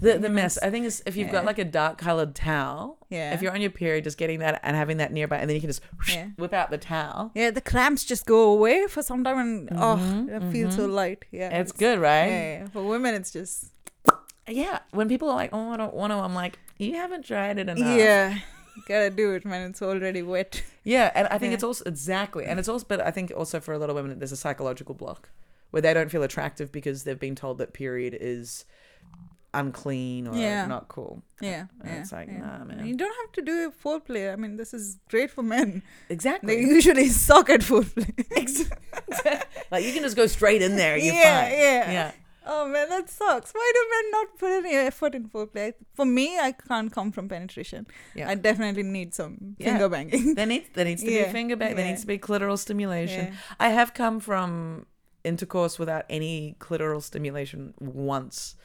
Speaker 1: The the mess. I think is if you've got
Speaker 2: Yeah.
Speaker 1: like a dark colored towel.
Speaker 2: Yeah.
Speaker 1: If you're on your period, just getting that and having that nearby, and then you can just whoosh,
Speaker 2: Yeah.
Speaker 1: whip out the towel.
Speaker 2: Yeah, the cramps just go away for some time, and oh, I feel so light. Yeah,
Speaker 1: Mm-hmm, It's good, right?
Speaker 2: Yeah,
Speaker 1: Yeah.
Speaker 2: yeah, for women, it's just
Speaker 1: When people are like, "Oh, I don't want to," I'm like, "You haven't tried it enough."
Speaker 2: yeah. You gotta do it, man. It's already wet.
Speaker 1: Yeah, and I think
Speaker 2: Yeah. Mm.
Speaker 1: it's also exactly, and it's also, but I think also for a lot of women, there's a psychological block where they don't feel attractive because they've been told that period is unclean or
Speaker 2: Yeah.
Speaker 1: not cool.
Speaker 2: Yeah,
Speaker 1: And
Speaker 2: yeah,
Speaker 1: it's like,
Speaker 2: yeah.
Speaker 1: nah, man.
Speaker 2: You don't have to do foreplay. I mean, this is great for men. They
Speaker 1: Exactly.
Speaker 2: usually suck at foreplay.
Speaker 1: like you can just go straight in there. You're
Speaker 2: Yeah,
Speaker 1: fine.
Speaker 2: yeah.
Speaker 1: Yeah.
Speaker 2: Oh man, that sucks. Why do men not put any effort in foreplay? For me, I can't come from penetration.
Speaker 1: Yeah.
Speaker 2: I definitely need some
Speaker 1: Yeah.
Speaker 2: finger banging.
Speaker 1: There needs there needs to be a
Speaker 2: Yeah,
Speaker 1: finger bang. There
Speaker 2: yeah.
Speaker 1: needs to be clitoral stimulation.
Speaker 2: Yeah.
Speaker 1: I have come from intercourse without any clitoral stimulation once.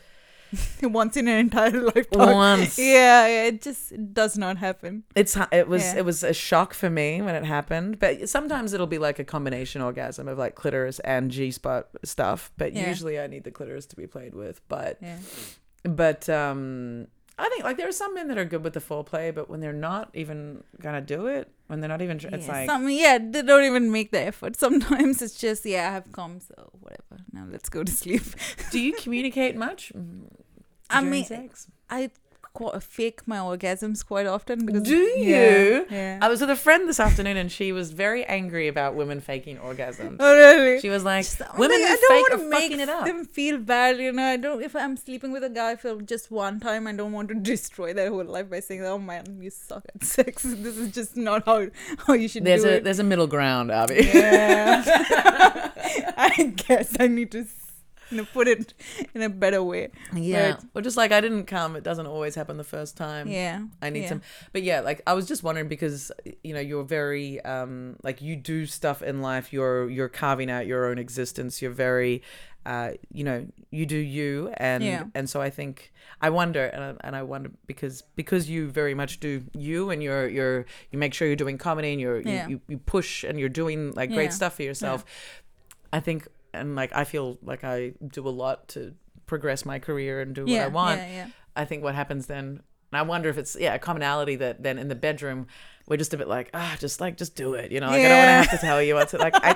Speaker 2: Once in an entire lifetime.
Speaker 1: Once.
Speaker 2: Yeah, yeah, it just does not happen.
Speaker 1: It's it was
Speaker 2: Yeah.
Speaker 1: it was a shock for me when it happened. But sometimes it'll be like a combination orgasm of like clitoris and G spot stuff. But
Speaker 2: Yeah.
Speaker 1: usually I need the clitoris to be played with. But
Speaker 2: Yeah.
Speaker 1: but um I think like there are some men that are good with the foreplay, but when they're not even gonna do it, when they're not even, tr- it's
Speaker 2: yeah,
Speaker 1: like
Speaker 2: some, yeah, they don't even make the effort. Sometimes it's just yeah, I have come, so whatever. Now let's go to sleep.
Speaker 1: do you communicate much? Mm,
Speaker 2: I
Speaker 1: during
Speaker 2: mean,
Speaker 1: sex?
Speaker 2: I qu- fake my orgasms quite often because
Speaker 1: Do you?
Speaker 2: Yeah, yeah.
Speaker 1: I was with a friend this afternoon and she was very angry about women faking orgasms.
Speaker 2: oh really?
Speaker 1: She was like,
Speaker 2: I'm
Speaker 1: women
Speaker 2: like,
Speaker 1: who
Speaker 2: "Oh I don't
Speaker 1: fake
Speaker 2: want
Speaker 1: are
Speaker 2: to
Speaker 1: fucking it
Speaker 2: make
Speaker 1: up.
Speaker 2: them feel bad, you know. I don't. If I'm sleeping with a guy for just one time, I don't want to destroy their whole life by saying, "Oh man, you suck at sex. This is just not how how you should
Speaker 1: There's
Speaker 2: do
Speaker 1: a
Speaker 2: it."
Speaker 1: there's a middle ground, Abby.
Speaker 2: Yeah. I guess I need to s- and put it in a better way.
Speaker 1: Yeah.
Speaker 2: Right.
Speaker 1: Or just like I didn't come. It doesn't always happen the first time.
Speaker 2: Yeah.
Speaker 1: Um, I need
Speaker 2: yeah.
Speaker 1: some. But yeah, like I was just wondering because you know you're very um like you do stuff in life. You're you're carving out your own existence. You're very, uh, you know, you do you, and
Speaker 2: Yeah.
Speaker 1: and so I think I wonder, and I, and I wonder because because you very much do you, and you're you're you make sure you're doing comedy, and you're
Speaker 2: Yeah.
Speaker 1: you, you, you push, and you're doing like great
Speaker 2: Yeah.
Speaker 1: stuff for yourself. I think, and like I feel like I do a lot to progress my career and do what I
Speaker 2: Yeah,
Speaker 1: want.
Speaker 2: Yeah, yeah.
Speaker 1: I think what happens then, and I wonder if it's yeah a commonality that then in the bedroom we're just a bit like ah just like just do it you know like I don't
Speaker 2: Yeah.
Speaker 1: want to have to tell you what's like I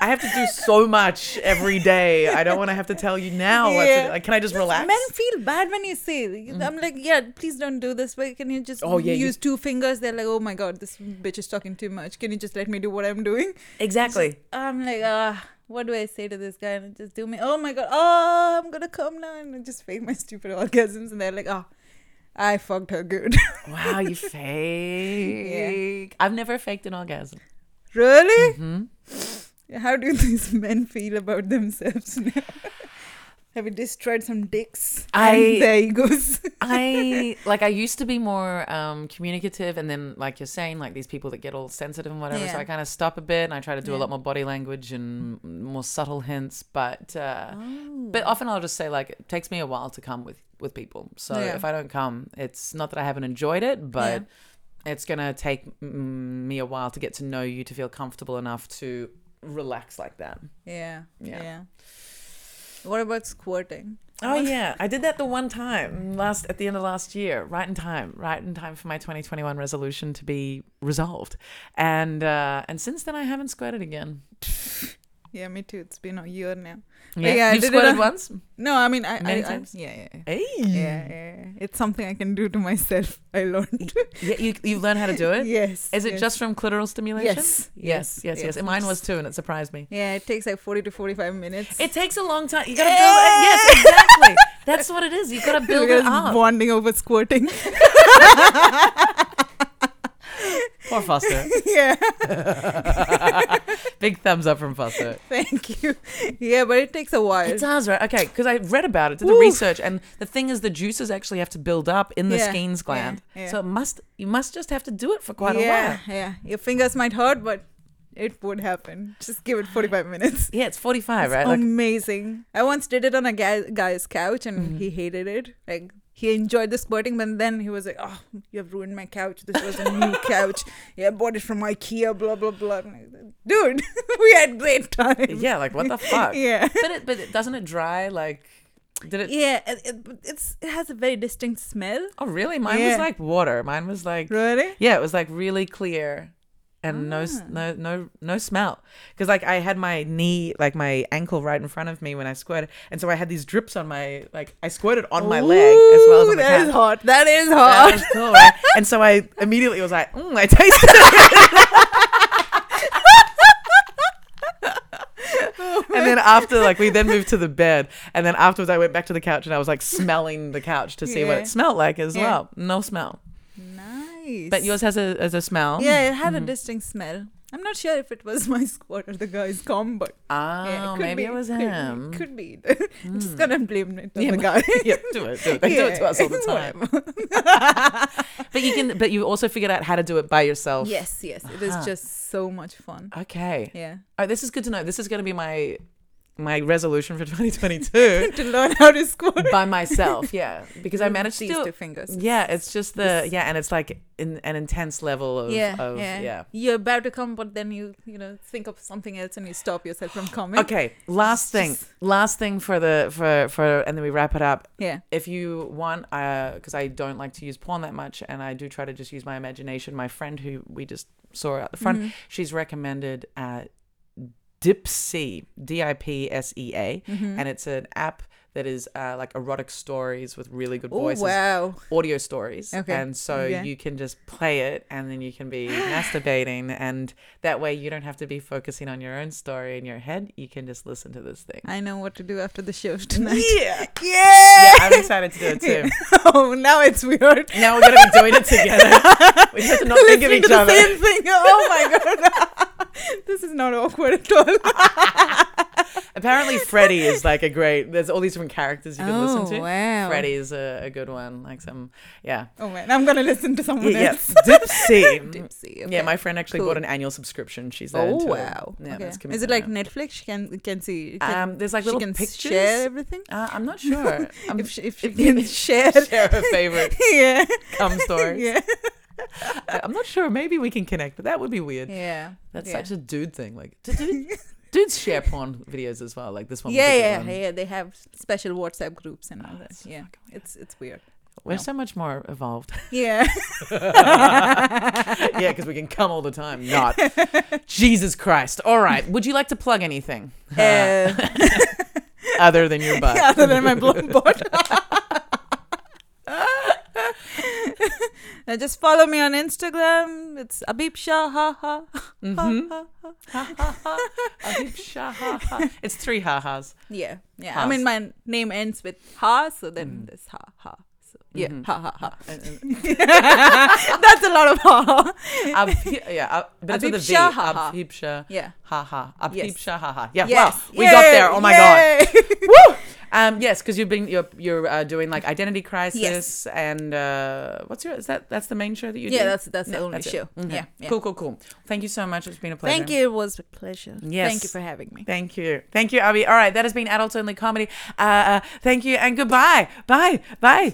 Speaker 1: I have to do so much every day I don't want to have to tell you now what to
Speaker 2: Yeah.
Speaker 1: do. like can I just relax Mm-hmm.
Speaker 2: Men feel bad when you say. I'm like, yeah, please don't do this. But can you just
Speaker 1: Oh, yeah, you-
Speaker 2: use two fingers? They're like, oh my god, this bitch is talking too much. Can you just let me do what I'm doing?
Speaker 1: exactly
Speaker 2: I'm like, ah, what do I say to this guy? And just do me. Oh my god, oh, I'm gonna come now and I just fake my stupid orgasms. And they're like, ah, I fucked her good.
Speaker 1: wow you fake I've never faked an orgasm
Speaker 2: really? How do these men feel about themselves now? Have you just tried some dicks?
Speaker 1: I-
Speaker 2: And there he goes.
Speaker 1: I like I used to be more um, communicative, and then like you're saying, like these people that get all sensitive and whatever. So
Speaker 2: Yeah.
Speaker 1: I kind of stop a bit, and I try to do a
Speaker 2: Yeah.
Speaker 1: lot more body language and m- more subtle hints. But uh,
Speaker 2: Oh.
Speaker 1: but often I'll just say like it takes me a while to come with with people. So
Speaker 2: Yeah.
Speaker 1: if I don't come, it's not that I haven't enjoyed it, but it's gonna take mm, me a while to get to know you to feel comfortable enough to relax like that.
Speaker 2: Yeah.
Speaker 1: Yeah.
Speaker 2: Yeah. What about squirting?
Speaker 1: Oh yeah, I did that the one time last at the end of last year, right in time, right in time for my 2021 resolution to be resolved, and uh, and since then I haven't squirted again.
Speaker 2: Yeah, me too. It's been a year now.
Speaker 1: Yeah,
Speaker 2: yeah, I
Speaker 1: you've
Speaker 2: did it
Speaker 1: squirted
Speaker 2: on-
Speaker 1: once.
Speaker 2: No, I mean, I.
Speaker 1: Many
Speaker 2: I,
Speaker 1: times?
Speaker 2: I, yeah, yeah, yeah.
Speaker 1: Hey,
Speaker 2: Yeah, yeah, yeah. It's something I can do to myself. I learned.
Speaker 1: yeah, you you've learned how to do it.
Speaker 2: yes.
Speaker 1: Is it
Speaker 2: yes.
Speaker 1: just from clitoral stimulation?
Speaker 2: Yes,
Speaker 1: yes, yes,
Speaker 2: yes,
Speaker 1: yes.
Speaker 2: yes.
Speaker 1: And mine was too, and it surprised me.
Speaker 2: Yeah, it takes like 40 to 45 minutes.
Speaker 1: It takes a long time. You gotta build. it. Yes, exactly. That's what it is. You gotta build
Speaker 2: We're
Speaker 1: it up.
Speaker 2: Bonding over squirting.
Speaker 1: Poor Foster.
Speaker 2: yeah,
Speaker 1: Big thumbs up from Foster.
Speaker 2: thank you. Yeah, but it takes a while.
Speaker 1: It does, right? Okay, because I read about it, did the
Speaker 2: Woo.
Speaker 1: research, and the thing is, the juices actually have to build up in the
Speaker 2: Yeah,
Speaker 1: Skene's
Speaker 2: yeah,
Speaker 1: gland,
Speaker 2: yeah.
Speaker 1: so it must you must just have to do it for quite a
Speaker 2: yeah,
Speaker 1: while.
Speaker 2: yeah. Your fingers might hurt, but it would happen. Just give it 45 minutes.
Speaker 1: Yeah, it's forty five,
Speaker 2: It's
Speaker 1: right? Like,
Speaker 2: amazing. I once did it on a guy, guy's couch and
Speaker 1: Mm-hmm.
Speaker 2: he hated it. Like he enjoyed the squirting, but then he was like, "Oh, you have ruined my couch. This was a new couch. Yeah, I bought it from IKEA. Blah blah blah." I'm like, Dude, we had great time.
Speaker 1: yeah, like what the fuck?
Speaker 2: Yeah.
Speaker 1: But it, but it, doesn't it dry? Like, did it?
Speaker 2: Yeah, it, it, it's it has a very distinct smell.
Speaker 1: Oh, really? Mine was
Speaker 2: Yeah.
Speaker 1: like water. Mine was like
Speaker 2: Really?
Speaker 1: Yeah, it was like really clear and no
Speaker 2: Ah.
Speaker 1: s no no no smell because like I had my knee like my ankle right in front of me when I squirted, and so I had these drips on my like I squirted on my leg as well as on the
Speaker 2: that
Speaker 1: couch.
Speaker 2: is hot. That is
Speaker 1: That
Speaker 2: hot.
Speaker 1: was cool, right? and so I immediately was like, mm, I tasted it.
Speaker 2: Oh
Speaker 1: and then after, like, we then moved to the bed. And then afterwards, I went back to the couch and I was like smelling the couch to see what
Speaker 2: Yeah.
Speaker 1: it smelled like as
Speaker 2: Yeah.
Speaker 1: well. No smell.
Speaker 2: nice.
Speaker 1: But Mm-hmm. yours has a, has a smell.
Speaker 2: Yeah, it had a distinct smell. I'm not sure if it was my squad or the guy's com, but
Speaker 1: Oh,
Speaker 2: yeah, could
Speaker 1: maybe
Speaker 2: be,
Speaker 1: it was
Speaker 2: could
Speaker 1: him. Hmm.
Speaker 2: Be, could be. I'm just gonna blame it on
Speaker 1: Yeah,
Speaker 2: the guy.
Speaker 1: yeah, do it, do it. They do it to us all the time. but you can, but you also figured out how to do it by yourself.
Speaker 2: yes, yes. It is
Speaker 1: Uh-huh.
Speaker 2: just so much fun.
Speaker 1: Oh. Okay.
Speaker 2: Yeah.
Speaker 1: Oh, this is good to know. This is going to be my my resolution for 2022
Speaker 2: to learn how to squat.
Speaker 1: by myself. Yeah, because I managed to
Speaker 2: These
Speaker 1: do.
Speaker 2: two fingers.
Speaker 1: Yeah, it's just the yeah, and it's like in, an intense level of
Speaker 2: Yeah,
Speaker 1: of,
Speaker 2: yeah,
Speaker 1: yeah.
Speaker 2: You're about to come, but then you, you know, think of something else and you stop yourself from coming.
Speaker 1: Okay, last thing, last thing for the for for, and then we wrap it up.
Speaker 2: Yeah.
Speaker 1: if you want, because I don't like to use porn that much, and I do try to just use my imagination. My friend who we just saw out the front,
Speaker 2: Mhm.
Speaker 1: she's recommended uh, Dipsea, D I P S E A,
Speaker 2: Mhm.
Speaker 1: and it's an app that is uh, like erotic stories with really good
Speaker 2: Oh
Speaker 1: voices,
Speaker 2: wow.
Speaker 1: audio stories,
Speaker 2: Okay.
Speaker 1: and so
Speaker 2: Yeah.
Speaker 1: you can just play it, and then you can be masturbating, and that way you don't have to be focusing on your own story in your head. You can just listen to this thing.
Speaker 2: I know what to do after the show tonight.
Speaker 1: Yeah,
Speaker 2: Yeah.
Speaker 1: yeah, I'm excited to do it too.
Speaker 2: oh, now it's weird.
Speaker 1: Now we're gonna be doing it together. We have to not think of
Speaker 2: Listening
Speaker 1: each
Speaker 2: to the
Speaker 1: other.
Speaker 2: Same thing. Oh my god. this is not awkward at all.
Speaker 1: Apparently, Freddy is like a great. There's all these different characters you can listen
Speaker 2: Oh,
Speaker 1: to.
Speaker 2: wow.
Speaker 1: Freddy is a, a good one. Like some, yeah,
Speaker 2: Oh man, I'm gonna listen to someone
Speaker 1: yeah, yeah.
Speaker 2: else.
Speaker 1: Dipsy.
Speaker 2: Dipsy.
Speaker 1: Yeah, my friend actually
Speaker 2: Cool.
Speaker 1: bought an annual subscription. She's there.
Speaker 2: Oh
Speaker 1: until-
Speaker 2: wow.
Speaker 1: Yeah,
Speaker 2: Okay.
Speaker 1: that's
Speaker 2: Is it
Speaker 1: commitment,
Speaker 2: like
Speaker 1: yeah.
Speaker 2: Netflix? She can can see. Can,
Speaker 1: um? There's like
Speaker 2: she
Speaker 1: little
Speaker 2: can
Speaker 1: pictures.
Speaker 2: share everything.
Speaker 1: Uh, I'm not sure. I'm
Speaker 2: if she, if she
Speaker 1: if-
Speaker 2: can share.
Speaker 1: share her favorite
Speaker 2: yeah.
Speaker 1: cum story.
Speaker 2: Yeah.
Speaker 1: I- I'm not sure. Maybe we can connect, but that would be weird.
Speaker 2: Yeah.
Speaker 1: That's
Speaker 2: yeah.
Speaker 1: such a dude thing. Like do dude, dudes share porn videos as well. Like this one.
Speaker 2: yeah,
Speaker 1: particular
Speaker 2: yeah,
Speaker 1: one.
Speaker 2: yeah. They have special WhatsApp groups and all
Speaker 1: Oh,
Speaker 2: that.
Speaker 1: that's
Speaker 2: Yeah,
Speaker 1: fucking
Speaker 2: it's it's weird.
Speaker 1: We're
Speaker 2: No.
Speaker 1: so much more evolved.
Speaker 2: Yeah,
Speaker 1: yeah, because we can come all the time. Not Jesus Christ. All right. Would you like to plug anything
Speaker 2: uh,
Speaker 1: other than your butt?
Speaker 2: other than my blonde board. Now just follow me on Instagram. It's Abib Shah. Ha ha.
Speaker 1: Mhm. Ha, ha, ha. Ahib sha, ha, ha. It's three ha-has.
Speaker 2: Yeah, yeah. I
Speaker 1: Has.
Speaker 2: mean, my name ends with ha, so
Speaker 1: Mm.
Speaker 2: then there's ha ha. So yeah,
Speaker 1: Mhm.
Speaker 2: ha ha ha.
Speaker 1: And- and- uh.
Speaker 2: That's a lot of ha.
Speaker 1: Abhi- yeah, ab- but it's with a V.
Speaker 2: Abhibsha, ha, ha.
Speaker 1: Abhibsha,
Speaker 2: Yeah.
Speaker 1: ha ha.
Speaker 2: Yes.
Speaker 1: Abhibsha, ha ha. Yeah, wow,
Speaker 2: Yes.
Speaker 1: we got
Speaker 2: Yay,
Speaker 1: there. Oh my god.
Speaker 2: yay.
Speaker 1: Woo! Um, yes, because you've been you're you're uh, doing like identity crisis and uh, what's your is that that's the main show that you do?
Speaker 2: Yeah, that's that's the
Speaker 1: No,
Speaker 2: only
Speaker 1: that's it.
Speaker 2: show.
Speaker 1: Okay.
Speaker 2: Yeah, yeah.
Speaker 1: Cool, cool, cool. Thank you so much. It's been a pleasure.
Speaker 2: Thank you. It was a pleasure. Thank you
Speaker 1: Yes.
Speaker 2: for having me.
Speaker 1: Thank you. Thank you, Abby. All right, that has been Adult Only Comedy. Uh, uh, thank you and goodbye. Bye. Bye.